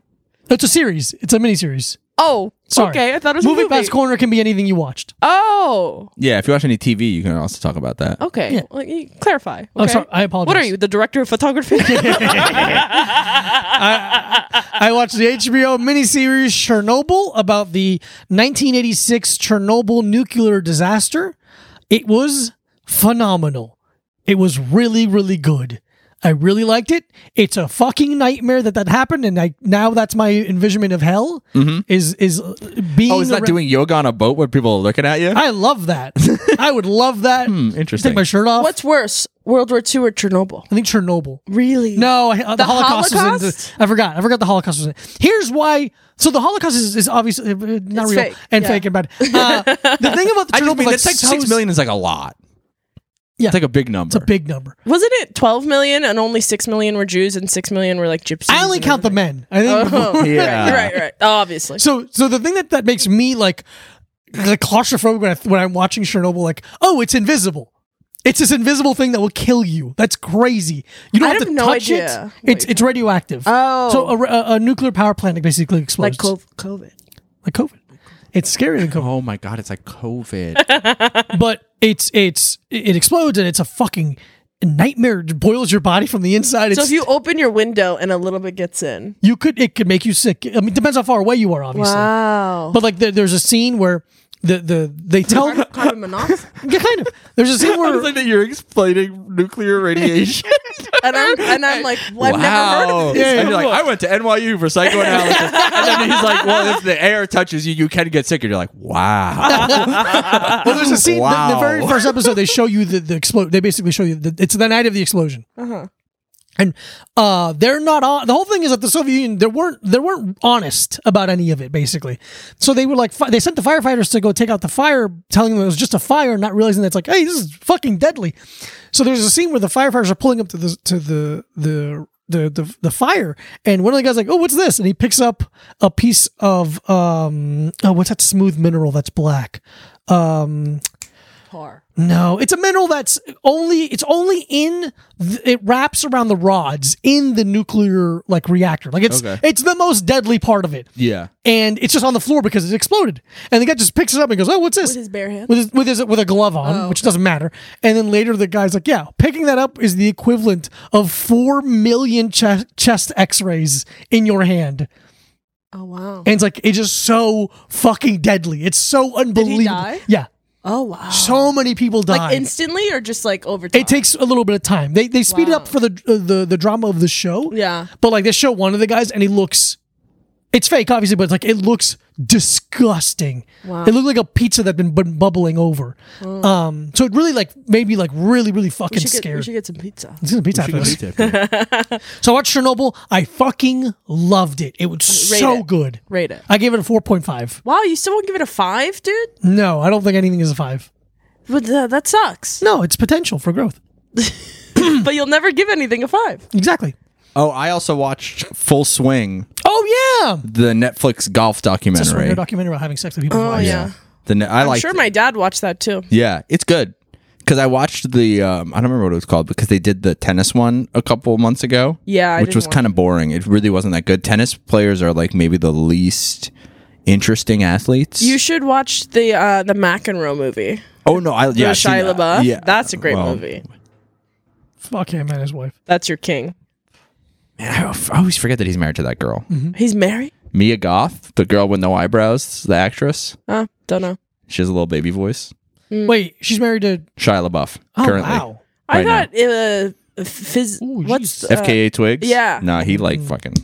S2: it's a series. It's a mini series.
S3: Oh,
S2: Sorry.
S3: okay. I thought it was
S2: Movie
S3: a movie.
S2: Pass Corner can be anything you watched.
S3: oh,
S1: Yeah, if you watch any TV, you can also talk about that.
S3: okay.
S2: Yeah.
S3: Well, you- clarify. Okay.
S2: Oh, sorry. I apologize.
S3: What are you, the director of photography?
S2: I, I watched the HBO miniseries Chernobyl about the 1986 Chernobyl nuclear disaster. It was phenomenal. It was really, really good. I really liked it. It's a fucking nightmare that that happened, and I now that's my envisionment of hell is is being.
S1: Mm-hmm. Oh, is that
S2: around-
S1: doing yoga on a boat where people are looking at you?
S2: I love that. I would love that.
S1: Interesting.
S2: Take my shirt off.
S3: What's worse, World War II or Chernobyl?
S2: I think Chernobyl.
S3: Really?
S2: No, I- uh, the,
S3: The
S2: Holocaust, was
S3: Holocaust?
S2: in. The, I forgot. I forgot the Holocaust was in. Here's why. So the Holocaust is, is obviously uh, not
S3: It's
S2: real
S3: fake.
S2: and
S3: Yeah.
S2: fake and bad. Uh, the thing about the
S1: I
S2: Chernobyl,
S1: just mean
S2: like,
S1: that's like
S2: so-
S1: six million is like a lot.
S2: Yeah.
S1: it's like a big number.
S2: It's a big number.
S3: Wasn't it 12 million and only 6 million were Jews and 6 million were like gypsies?
S2: I only
S3: and
S2: count the men. I think.
S3: Oh,
S1: Yeah.
S3: right, right. Obviously.
S2: So so the thing that that makes me like like claustrophobic when, I, when I'm watching Chernobyl, like oh, it's invisible. It's this invisible thing that will kill you. That's crazy. You don't
S3: I
S2: have
S3: have
S2: to
S3: no
S2: touch
S3: idea
S2: it.
S3: what
S2: It's
S3: you're
S2: it's radioactive.
S3: Oh.
S2: so a, ra- a, a nuclear power plant basically explodes
S3: like co- COVID.
S2: Like COVID. It's scarier than COVID.
S1: oh my god, it's like COVID.
S2: but it's it's it explodes and it's a fucking nightmare. It boils your body from the inside. It's,
S3: So if you open your window and a little bit gets in.
S2: you could it could make you sick. I mean, it depends how far away you are, obviously.
S3: Wow.
S2: But like there, there's a scene where the the they tell yeah,
S3: Carbon monoxide.
S2: kind of there's a scene
S1: I
S2: where
S1: was like that you're explaining nuclear radiation.
S3: and I'm and I'm like, well, I've never heard of this.
S1: Yeah,
S2: Yeah,
S1: and you're like, I went to NYU for psychoanalysis. and then he's like, well, if the air touches you, you can get sick. And you're like, wow.
S2: well, there's a scene the- the,
S1: Wow.
S2: very first episode they show you the the explode. They basically show you the, it's the night of the explosion. And uh, they're not on. The whole thing is that the Soviet Union they weren't they weren't honest about any of it basically. So they were like fi- they sent the firefighters to go take out the fire, telling them it was just a fire, not realizing that it's like hey this is fucking deadly. So there's a scene where the firefighters are pulling up to the to the the. The, the, the fire and one of the guys like oh what's this and he picks up a piece of um oh what's that smooth mineral that's black um
S3: Par.
S2: no, it's a mineral that's only it's only in th- it wraps around the rods in the nuclear like reactor. Like it's
S1: Okay.
S2: it's the most deadly part of it.
S1: yeah.
S2: And it's just on the floor because it exploded. And the guy just picks it up and goes, "Oh, what's this?"
S3: With his bare Oh, hands?
S2: With his, with, his, with a glove on, which doesn't matter. And then later the guy's like, "Yeah, picking that up is the equivalent of 4 million chest, chest x-rays in your hand."
S3: Oh wow.
S2: And it's like it's just so fucking deadly. It's so unbelievable.
S3: die?
S2: Yeah.
S3: Oh wow.
S2: So many people die.
S3: Like instantly or just like over time?
S2: It takes a little bit of time. They they speed it up
S3: Wow.
S2: for the uh, the the drama of the show.
S3: Yeah.
S2: But like they show one of the guys and he looks it's fake obviously, but it's like it looks disgusting.
S3: Wow. Mm.
S2: It looked like a pizza that had been bubbling over. Um so it really like made me like really really fucking
S3: we should, get, we
S2: scared.
S3: should get some pizza.
S2: It's gonna be tough.
S1: It's
S2: So I watched Chernobyl. I fucking loved it. It was
S3: Rate
S2: so
S3: it.
S2: good.
S3: Rate it.
S2: I gave it a 4.5.
S3: Wow, you still won't give it a five, dude?
S2: No, I don't think anything is a 5.
S1: Hmm.
S3: But uh, that sucks.
S2: No, it's potential for growth.
S1: Hmm.
S3: But you'll never give anything a five.
S2: Exactly.
S1: oh, I also watched Full Swing,
S2: Oh yeah.
S1: the Netflix golf
S2: This
S1: documentary.
S2: right. documentary about having sex with people.
S3: Oh yeah.
S1: The ne- I
S3: I'm
S1: like
S3: sure my dad watched that too.
S1: Yeah, it's good. Because I watched the, um, I don't remember what it was called because they did the tennis one a couple months ago.
S3: Yeah, I
S1: which
S3: didn't
S1: was
S3: watch
S1: kind of boring. It really wasn't that good. Tennis players are like maybe the least interesting athletes.
S3: You should watch the uh the McEnroe movie.
S1: oh no, I yeah,
S3: Yeah,
S1: I've seen
S3: Shia
S1: that.
S3: LaBeouf.
S1: Yeah,
S3: That's a great
S1: well,
S3: movie.
S2: Fuck him and his wife.
S3: That's your king.
S1: Man, I f- I always forget that he's married to that girl,
S2: Mm-hmm.
S3: He's married?
S1: Mia Goth, the girl with no eyebrows, the actress.
S3: Huh? Don't know.
S1: She has a little baby voice.
S3: Mm.
S2: Wait, she's married to.
S1: Shia LaBeouf
S2: Oh
S1: currently.
S2: wow!
S3: I
S1: Right now.
S3: thought it, uh phys-
S2: Ooh,
S3: what's
S2: jeez.
S3: uh,
S1: FKA Twigs.
S3: yeah.
S1: No, he like fucking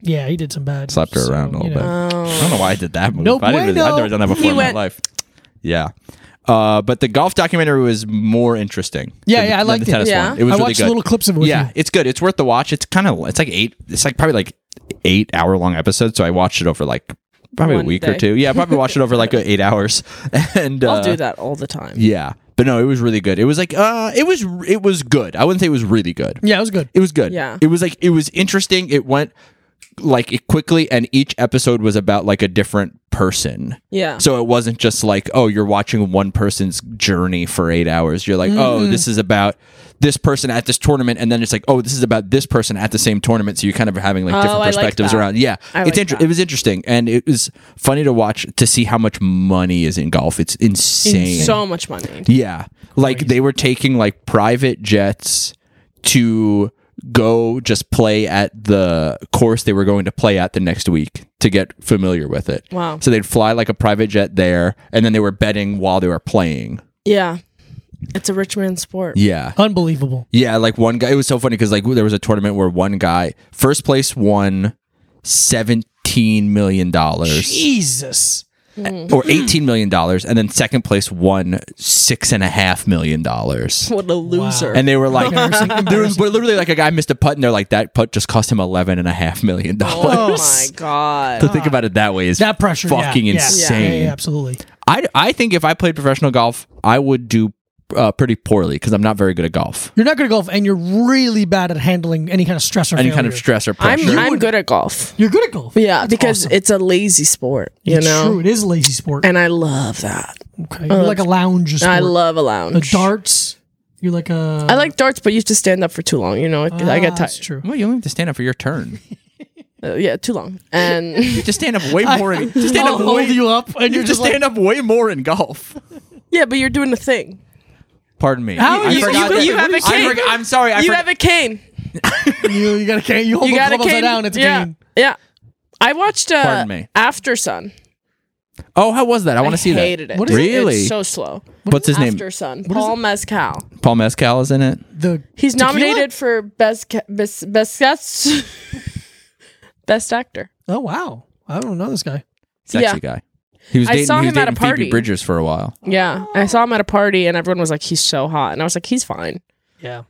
S2: Yeah, he did some bad.
S1: slapped her
S2: Mm. so,
S1: around a little
S2: you know.
S1: bit.
S3: uh,
S1: I don't know why I did that move.
S2: No
S1: I didn't really, I've
S2: bueno.
S1: never done that before
S3: He
S1: in
S3: went-
S1: my life. Yeah. Uh, but the golf documentary was more interesting.
S2: Yeah,
S1: than
S2: yeah,
S1: the-
S2: I
S1: than
S2: liked
S1: the
S2: it.
S1: tennis
S3: Yeah.
S1: one. It was
S2: I
S1: really
S2: watched
S1: good.
S2: little clips of it. With
S1: yeah,
S2: you.
S1: it's good. It's worth the watch. It's kind of it's like eight. It's like probably like eight hour long episode. So I watched it over like probably
S3: One
S1: a week
S3: day.
S1: or two. Yeah, I probably watched it over like eight hours. And
S3: I'll
S1: uh,
S3: do that all the time.
S1: Yeah, but no, it was really good. It was like uh, it was it was good. I wouldn't say it was really good.
S2: yeah, it was good.
S1: It was good.
S3: Yeah.
S1: It was like it was interesting. It went like it quickly, and each episode was about like a different person.
S3: Yeah.
S1: So it wasn't just like, oh, you're watching one person's journey for eight hours. You're like, oh,
S3: Mm-hmm.
S1: this is about this person at this tournament, and then it's like, oh, this is about this person at the same tournament. So you're kind of having like
S3: Oh,
S1: different
S3: I like
S1: perspectives
S3: that.
S1: around. Yeah,
S3: I
S1: it's
S3: like
S1: inter-
S3: that.
S1: it was interesting, and it was funny to watch to see how much money is in golf. It's insane.
S3: so much money.
S1: Yeah. Like they were taking like private jets to go just play at the course they were going to play at the next week to get familiar with it.
S3: Wow.
S1: So they'd fly like a private jet there, and then they were betting while they were playing.
S3: Yeah. It's a rich man sport.
S1: Yeah.
S2: Unbelievable.
S1: Yeah, like one guy. It was so funny because like there was a tournament where one guy first place won seventeen million dollars
S2: Jesus.
S1: or eighteen million dollars, and then second place won six and a half million dollars.
S3: What a loser.
S1: And they were like,
S2: Embarrassing,
S1: there was but literally like a guy missed a putt, and they're like, that putt just cost him eleven and a half million dollars.
S3: oh my god.
S1: To think about it that way is
S2: That pressure. yeah,
S1: fucking
S2: yeah,
S1: insane.
S2: Yeah, yeah, yeah, absolutely.
S1: I I think if I played professional golf, I would do uh, pretty poorly because I'm not very good at golf.
S2: You're not good at golf, and you're really bad at handling any kind of stress or
S1: Any
S2: failure.
S1: kind of stress or
S3: I'm
S1: pressure.
S3: I'm good at golf.
S2: You're good at golf.
S3: Yeah, because it's a lazy sport, you
S2: it's
S3: know.
S2: true. It is a lazy sport.
S3: And I love that.
S2: okay. You're like a lounge sport.
S3: I love a
S2: the
S3: lounge.
S2: darts. You're like a. Ah,
S3: I like darts, but you have to stand up for too long. You know, I- I get
S2: That's
S3: tired.
S2: true.
S1: Well, you only have to stand up for your turn.
S3: Uh, yeah, too long. And
S1: Just stand up way more. In, just stand
S2: I'll
S1: up
S2: hold
S1: way.
S2: you up, and you're
S1: Just
S2: just like,
S1: stand up way more in golf.
S3: yeah, but you're doing the thing.
S1: Pardon me.
S2: How
S1: I
S2: you-
S1: forgot
S2: you-
S1: that-
S2: you have a
S1: I
S3: cane.
S1: forgot- I'm sorry. I
S3: you
S1: forgot-
S3: have a cane.
S2: you, you got a cane. You hold
S3: You
S2: the
S3: got a
S2: club upside
S3: cane.
S2: down. It's a
S3: yeah,
S2: cane.
S3: yeah. I watched uh,
S1: Pardon me.
S3: After Sun.
S1: oh, how was that? I want to see that.
S3: hated it.
S2: What is it?
S1: really?
S3: It's so slow.
S1: What's his name?
S3: After Sun. Paul Mescal.
S1: Paul Mescal is in it.
S2: The
S3: He's
S2: Tequila?
S3: nominated for best ca- best best guest- best actor.
S2: oh wow, I don't know this guy.
S1: Sexy
S3: Yeah.
S1: guy. He was
S3: I
S1: dating,
S3: saw
S1: he was
S3: him at a
S1: dating Phoebe
S3: party.
S1: Bridgers for a while.
S3: Yeah, I saw him at a party, and everyone was like, "He's so hot," and I was like, "He's fine."
S2: Yeah,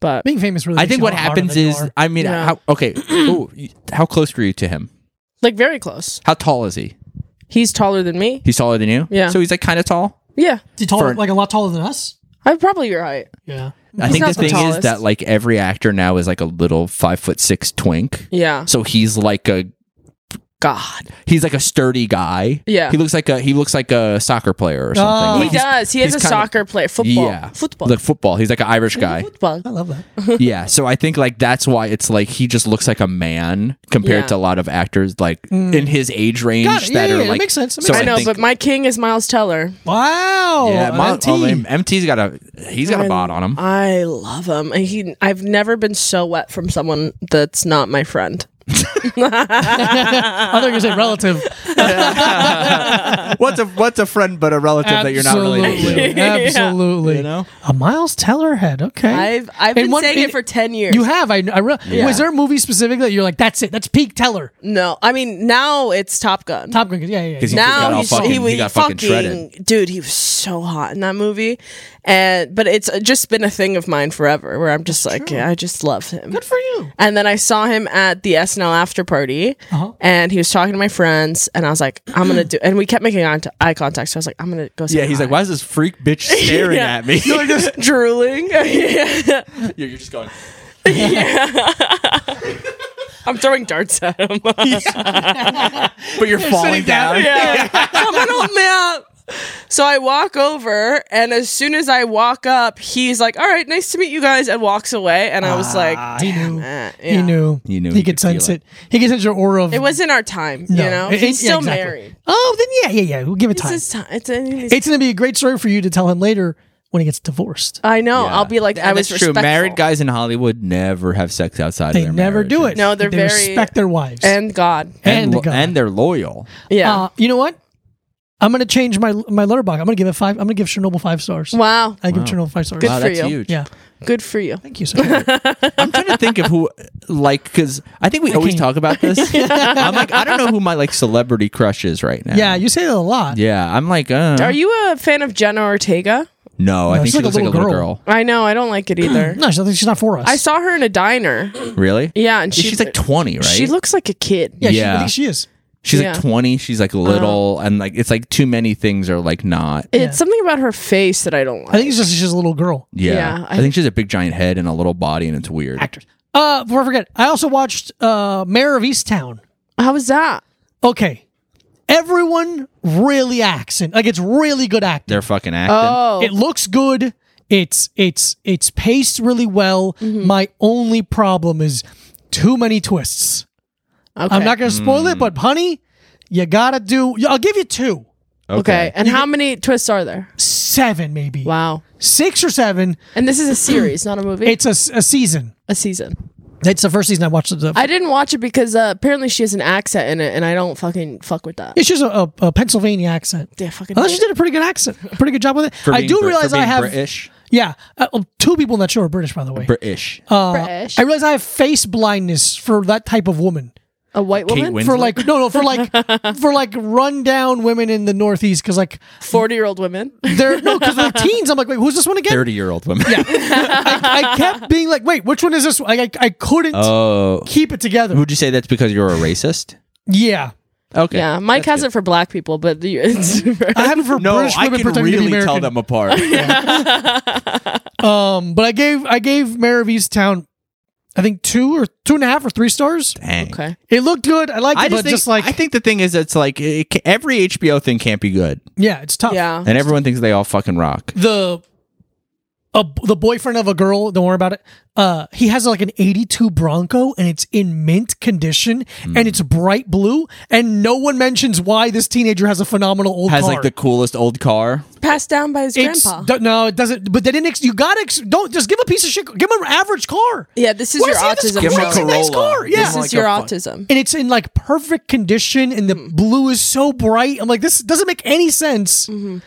S3: But
S2: being famous really.
S1: I
S2: makes
S1: think
S2: you
S1: what
S2: a lot harder
S1: happens
S2: than you
S1: is,
S2: are.
S1: I mean,
S3: Yeah.
S1: how okay? Ooh, how close were you to him?
S3: like very close.
S1: How tall is he?
S3: He's taller than me.
S1: He's taller than you.
S3: Yeah.
S1: So he's like kind of tall.
S3: Yeah,
S2: Is he taller,
S1: for-
S2: like a lot taller than us.
S3: I'm probably your height.
S2: Yeah,
S1: I think
S3: not
S1: the
S3: the
S1: thing is
S3: tallest.
S1: that like every actor now is like a little five foot six twink.
S3: Yeah,
S1: So he's like a
S3: God.
S1: he's like a sturdy guy.
S3: Yeah.
S1: He looks like a he looks like a soccer player or something.
S2: Oh.
S1: Like
S3: He
S1: he's-
S3: does. He is a
S1: he's kinda-
S3: soccer player. Football.
S1: Yeah.
S3: Football.
S1: Like football. He's like an Irish guy.
S3: football.
S2: I love that.
S1: yeah. So I think like that's why it's like he just looks like a man compared
S3: Yeah.
S1: to a lot of actors like in his age range
S2: Mm. Got it. Yeah,
S1: that
S2: yeah,
S1: are
S2: yeah, that
S1: like
S2: makes sense. That
S1: so
S2: makes
S3: I
S2: sense.
S3: know,
S1: think-
S3: but my king is Miles Teller.
S2: Wow.
S1: yeah,
S2: an
S1: my,
S2: MT.
S1: oh, man, MT's got a he's got a bot on him.
S3: I love him. And He, I've never been so wet from someone that's not my friend.
S2: I thought you were saying relative.
S1: what's a what's a friend but a relative
S2: Absolutely.
S3: Yeah.
S2: Absolutely.
S1: You know?
S2: a Miles Teller head. Okay.
S3: I've I've
S2: And
S3: been
S2: one-
S3: saying
S2: and
S3: it for ten years.
S2: You have. I. I re- Was there a movie specific that you're like, that's it. That's peak Teller.
S3: no, I mean now it's Top Gun.
S2: Top Gun. Yeah, yeah.
S1: 'Cause
S2: yeah.
S1: he- got all
S3: now he's,
S1: fucking-
S3: he, was
S1: he got fucking
S3: fucking,
S1: shredded.
S3: dude. He was so hot in that movie, and but it's just been a thing of mine forever. Where I'm just like, yeah, I just love him.
S2: Good for you.
S3: And then I saw him at the SNL after party,
S2: Uh-huh.
S3: and he was talking to my friends, and I was like, I'm gonna do. And we kept making eye, eye contact, so I was like, I'm gonna go. Say
S1: Yeah, he's
S3: hi.
S1: like, why is this freak bitch staring
S3: Yeah.
S1: at me?
S3: You're like just drooling. Yeah.
S1: you're, you're just going.
S3: I'm throwing darts at him.
S1: But you're falling down.
S3: Yeah. Someone hold me up. So I walk over, and as soon as I walk up, he's like, "All right, nice to meet you guys," and walks away. And I was like,
S2: Ah, he knew.
S3: eh,
S2: He
S3: yeah.
S2: knew.
S1: He knew.
S2: He
S1: He
S2: could
S1: could feel
S2: sense
S1: it.
S2: it. He could sense your aura of.
S3: It wasn't our time,
S2: No.
S3: you know.
S2: It- it-
S3: he's
S2: yeah,
S3: still
S2: exactly.
S3: married.
S2: Oh, then yeah, yeah, yeah. We'll give it
S3: It's
S2: time.
S3: his time. It's, it's,
S2: It's going to be a great story for you to tell him later when he gets divorced.
S3: I know.
S1: Yeah.
S3: I'll be like,
S1: And
S3: I was
S1: that's true.
S3: respectful.
S1: Married guys in Hollywood never have sex outside
S2: They
S1: of their
S2: never do
S1: marriages.
S2: it.
S3: No, they're
S2: they
S3: very-
S2: respect their wives.
S3: and God.
S2: And
S1: And,
S2: the
S1: lo-
S2: guy.
S1: and they're loyal.
S3: Yeah.
S2: Uh, you know what? I'm gonna change my my letterbox. I'm gonna give it five. I'm gonna give Chernobyl five stars.
S3: wow.
S2: I give Chernobyl five stars.
S3: Good
S1: Wow,
S3: for
S1: that's
S3: you.
S1: huge.
S2: Yeah.
S3: Good for you.
S2: Thank you, sir.
S1: I'm trying to think of who, like, because I think we always
S2: can't.
S1: talk about this. I'm like, I don't know who my like celebrity crush is right now.
S2: yeah, you say that a lot.
S1: yeah. I'm like, uh,
S3: Are you a fan of Jenna Ortega?
S1: no, I
S2: No,
S1: think
S2: she's
S1: she
S2: like a
S1: looks like a
S2: little
S1: little
S2: girl.
S1: girl.
S3: I know. I don't like it either.
S2: No, she's not, she's not for us.
S3: I saw her in a diner.
S1: Really?
S3: Yeah, and
S1: Yeah,
S3: she-
S1: she's like 20, right?
S3: She looks like a kid.
S2: yeah, she- I
S1: yeah.
S2: think she is.
S1: she's
S3: yeah. Oh.
S1: like 20. She's like little, and like it's like too many things are like not.
S3: It's something about her face that I don't like.
S2: I think it's just she's just a little girl
S1: Yeah.
S3: Yeah,
S1: I,
S3: I-
S1: think she has a big giant head and a little body, and it's weird.
S2: actress. Uh, before I forget, I also watched uh Mayor of Easttown.
S3: How was that?
S2: Okay, everyone really acts in like it's really good acting.
S1: They're fucking acting.
S3: Oh,
S2: It looks good. It's it's it's paced really well.
S3: Mm-hmm.
S2: My only problem is too many twists.
S3: okay.
S2: I'm not going to spoil
S1: Mm.
S2: it, but honey, you got to do. I'll give you two.
S3: okay. And how many twists are there?
S2: S- seven, maybe
S3: Wow.
S2: six or seven.
S3: And this is a series, not a movie.
S2: It's a, s- a season.
S3: a season.
S2: It's the first season I watched. The,
S3: I didn't watch it because uh, apparently she has an accent in it, and I don't fucking fuck with that.
S2: it's just a, a, a Pennsylvania accent.
S3: Yeah, fucking.
S2: Unless
S3: hate
S2: she did a pretty good accent, a pretty good job with it.
S1: For
S2: I
S1: being
S2: do
S1: Brit- for
S2: realize I
S1: being
S2: have
S1: British.
S2: yeah, uh, well, two people in that show are British, by the way.
S1: British.
S3: it.
S2: Uh,
S3: British.
S2: I realize I have face blindness for that type of woman.
S3: a white
S1: Kate
S3: woman,
S1: Winslet?
S2: For like no no for like for like rundown women in the Northeast because like
S3: forty-year-old women.
S2: they're no because they're teens. I'm like wait who's this one again?
S1: Thirty-year-old women.
S2: I, I kept being like wait which one is this? one? Like I, I couldn't
S1: Oh,
S2: keep it together.
S1: would you say that's because you're a racist?
S2: Yeah,
S1: Okay.
S3: Yeah, Mike has it for black people, but the, it's
S2: I have it for
S1: No,
S2: British
S1: I
S2: women
S1: can
S2: pretending to be
S1: really tell
S2: American.
S1: them apart.
S2: Um, but I gave I gave Mayor of Easttown, I think two or two and a half or three stars.
S1: Dang.
S3: okay.
S2: It looked good. I liked
S1: I
S2: it,
S1: just,
S2: but
S1: think,
S2: just like
S1: I think the thing is, it's like it, ca- every HBO thing can't be good,
S2: yeah, it's tough.
S3: Yeah,
S1: and everyone thinks they all fucking rock.
S2: the a, the boyfriend of a girl don't worry about it uh he has like an 82 bronco and it's in mint condition and it's bright blue and no one mentions why this teenager has a phenomenal old
S1: Has
S2: car
S1: like the coolest old car.
S3: passed down by his
S2: it's
S3: grandpa.
S2: d- no it doesn't but they didn't ex- you gotta ex- don't just give a piece of shit give him an average car
S3: yeah, this is
S2: Why
S3: your
S2: does he have this
S3: autism.
S1: Give him a
S3: though.
S2: crazy nice
S1: Corolla.
S2: car
S1: Give him
S2: yeah
S3: This
S1: like
S3: is
S1: a
S3: your
S1: fun-
S3: autism.
S2: and it's in like perfect condition and the
S1: Mm.
S2: blue is so bright i'm like this doesn't make any sense
S1: Mm-hmm.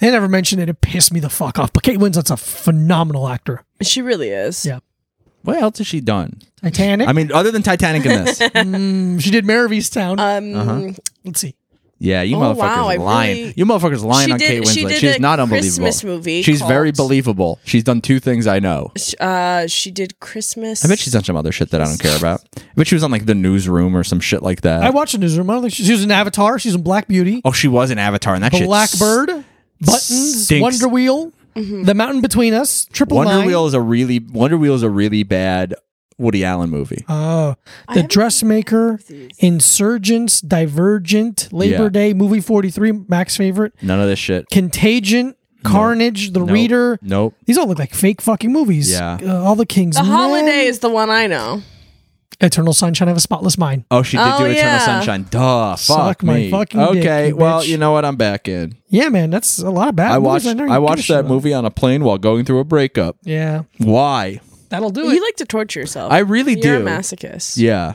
S2: they never mentioned it it pissed me the fuck off but kate winslet's a phenomenal actor
S3: She really is.
S2: Yeah.
S1: What else has she done?
S2: titanic
S1: I mean, other than Titanic and this.
S2: She did Mayor of Easttown.
S3: Um,
S2: Let's see.
S1: Yeah, you
S3: Oh,
S1: motherfuckers
S3: wow, I
S1: lying.
S3: really-
S1: You motherfuckers lying
S3: She
S1: on
S3: did-
S1: Kate Winslet.
S3: she did
S1: She's
S3: a
S1: not unbelievable.
S3: Christmas movie
S1: She's very
S3: called-
S1: believable. She's done two things I know.
S3: sh- uh, she did Christmas.
S1: I bet she's done some other shit that I don't care about. I bet she was on like the newsroom or some shit like that.
S2: I watched the newsroom. I don't think she, she was in Avatar. She's in Black Beauty,
S1: oh, she was an Avatar and that shit.
S2: Blackbird, Buttons,
S1: stinks. Mm-hmm.
S2: Wonder Wheel, The Mountain Between Us, Triple
S1: Wonder
S2: Nine.
S1: Wheel is a really Wonder Wheel is a really bad Woody Allen movie.
S2: Oh, the
S3: haven't
S2: Dressmaker,
S3: seen these.
S2: Insurgents, Divergent, Labor
S1: Yeah.
S2: Day, Movie Forty Three, Max favorite,
S1: None of this shit.
S2: Contagion, Carnage, The
S1: Nope.
S2: Reader.
S1: Nope.
S2: These all look like fake fucking movies.
S1: Yeah.
S2: Uh, all the King's
S3: the
S2: Men,
S3: holiday is the one I know.
S2: Eternal Sunshine of a Spotless Mind.
S1: Oh, she did
S3: Oh,
S1: do Eternal
S3: yeah.
S1: Sunshine. Duh. Fuck
S2: Suck my
S1: me.
S2: fucking dick,
S1: okay.
S2: you
S1: well,
S2: bitch.
S1: you know what? I'm back in.
S2: Yeah, man, that's a lot of bad.
S1: I watched.
S2: movies never
S1: I
S2: give a
S1: watched
S2: shit
S1: that
S2: about.
S1: movie on a plane while going through a breakup.
S2: Yeah,
S1: Why?
S2: that'll do it.
S3: You like to torture yourself.
S1: I really
S3: You're
S1: do.
S3: a masochist.
S1: Yeah,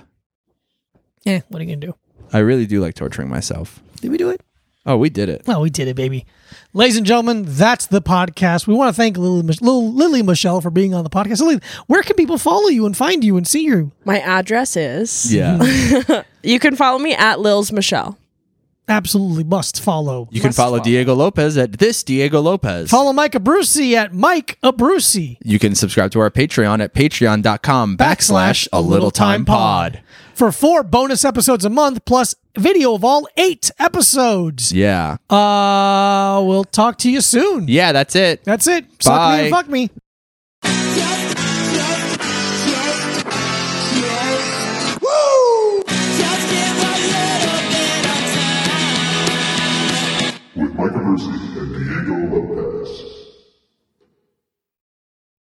S2: Yeah, Eh, what are you gonna do?
S1: I really do like torturing myself.
S2: Did we do it?
S1: Oh, we did it.
S2: Well, we did it, baby. Ladies and gentlemen, that's the podcast. We want to thank Lily, Mich- Lil- Lily Michelle for being on the podcast. Lily, where can people follow you and find you and see you?
S3: My address is.
S1: Yeah,
S3: You can follow me at Lil's Michelle.
S2: Absolutely must follow.
S1: you can follow Diego Lopez at this Diego Lopez.
S2: Follow Mike Abruzzi at Mike Abruzzi.
S1: You can subscribe to our Patreon at patreon.com backslash a little time pod.
S2: For four bonus episodes a month plus video of all eight episodes.
S1: Yeah,
S2: Uh, we'll talk to you soon.
S1: yeah, that's it.
S2: That's it. Suck me
S1: Bye.
S2: and fuck me.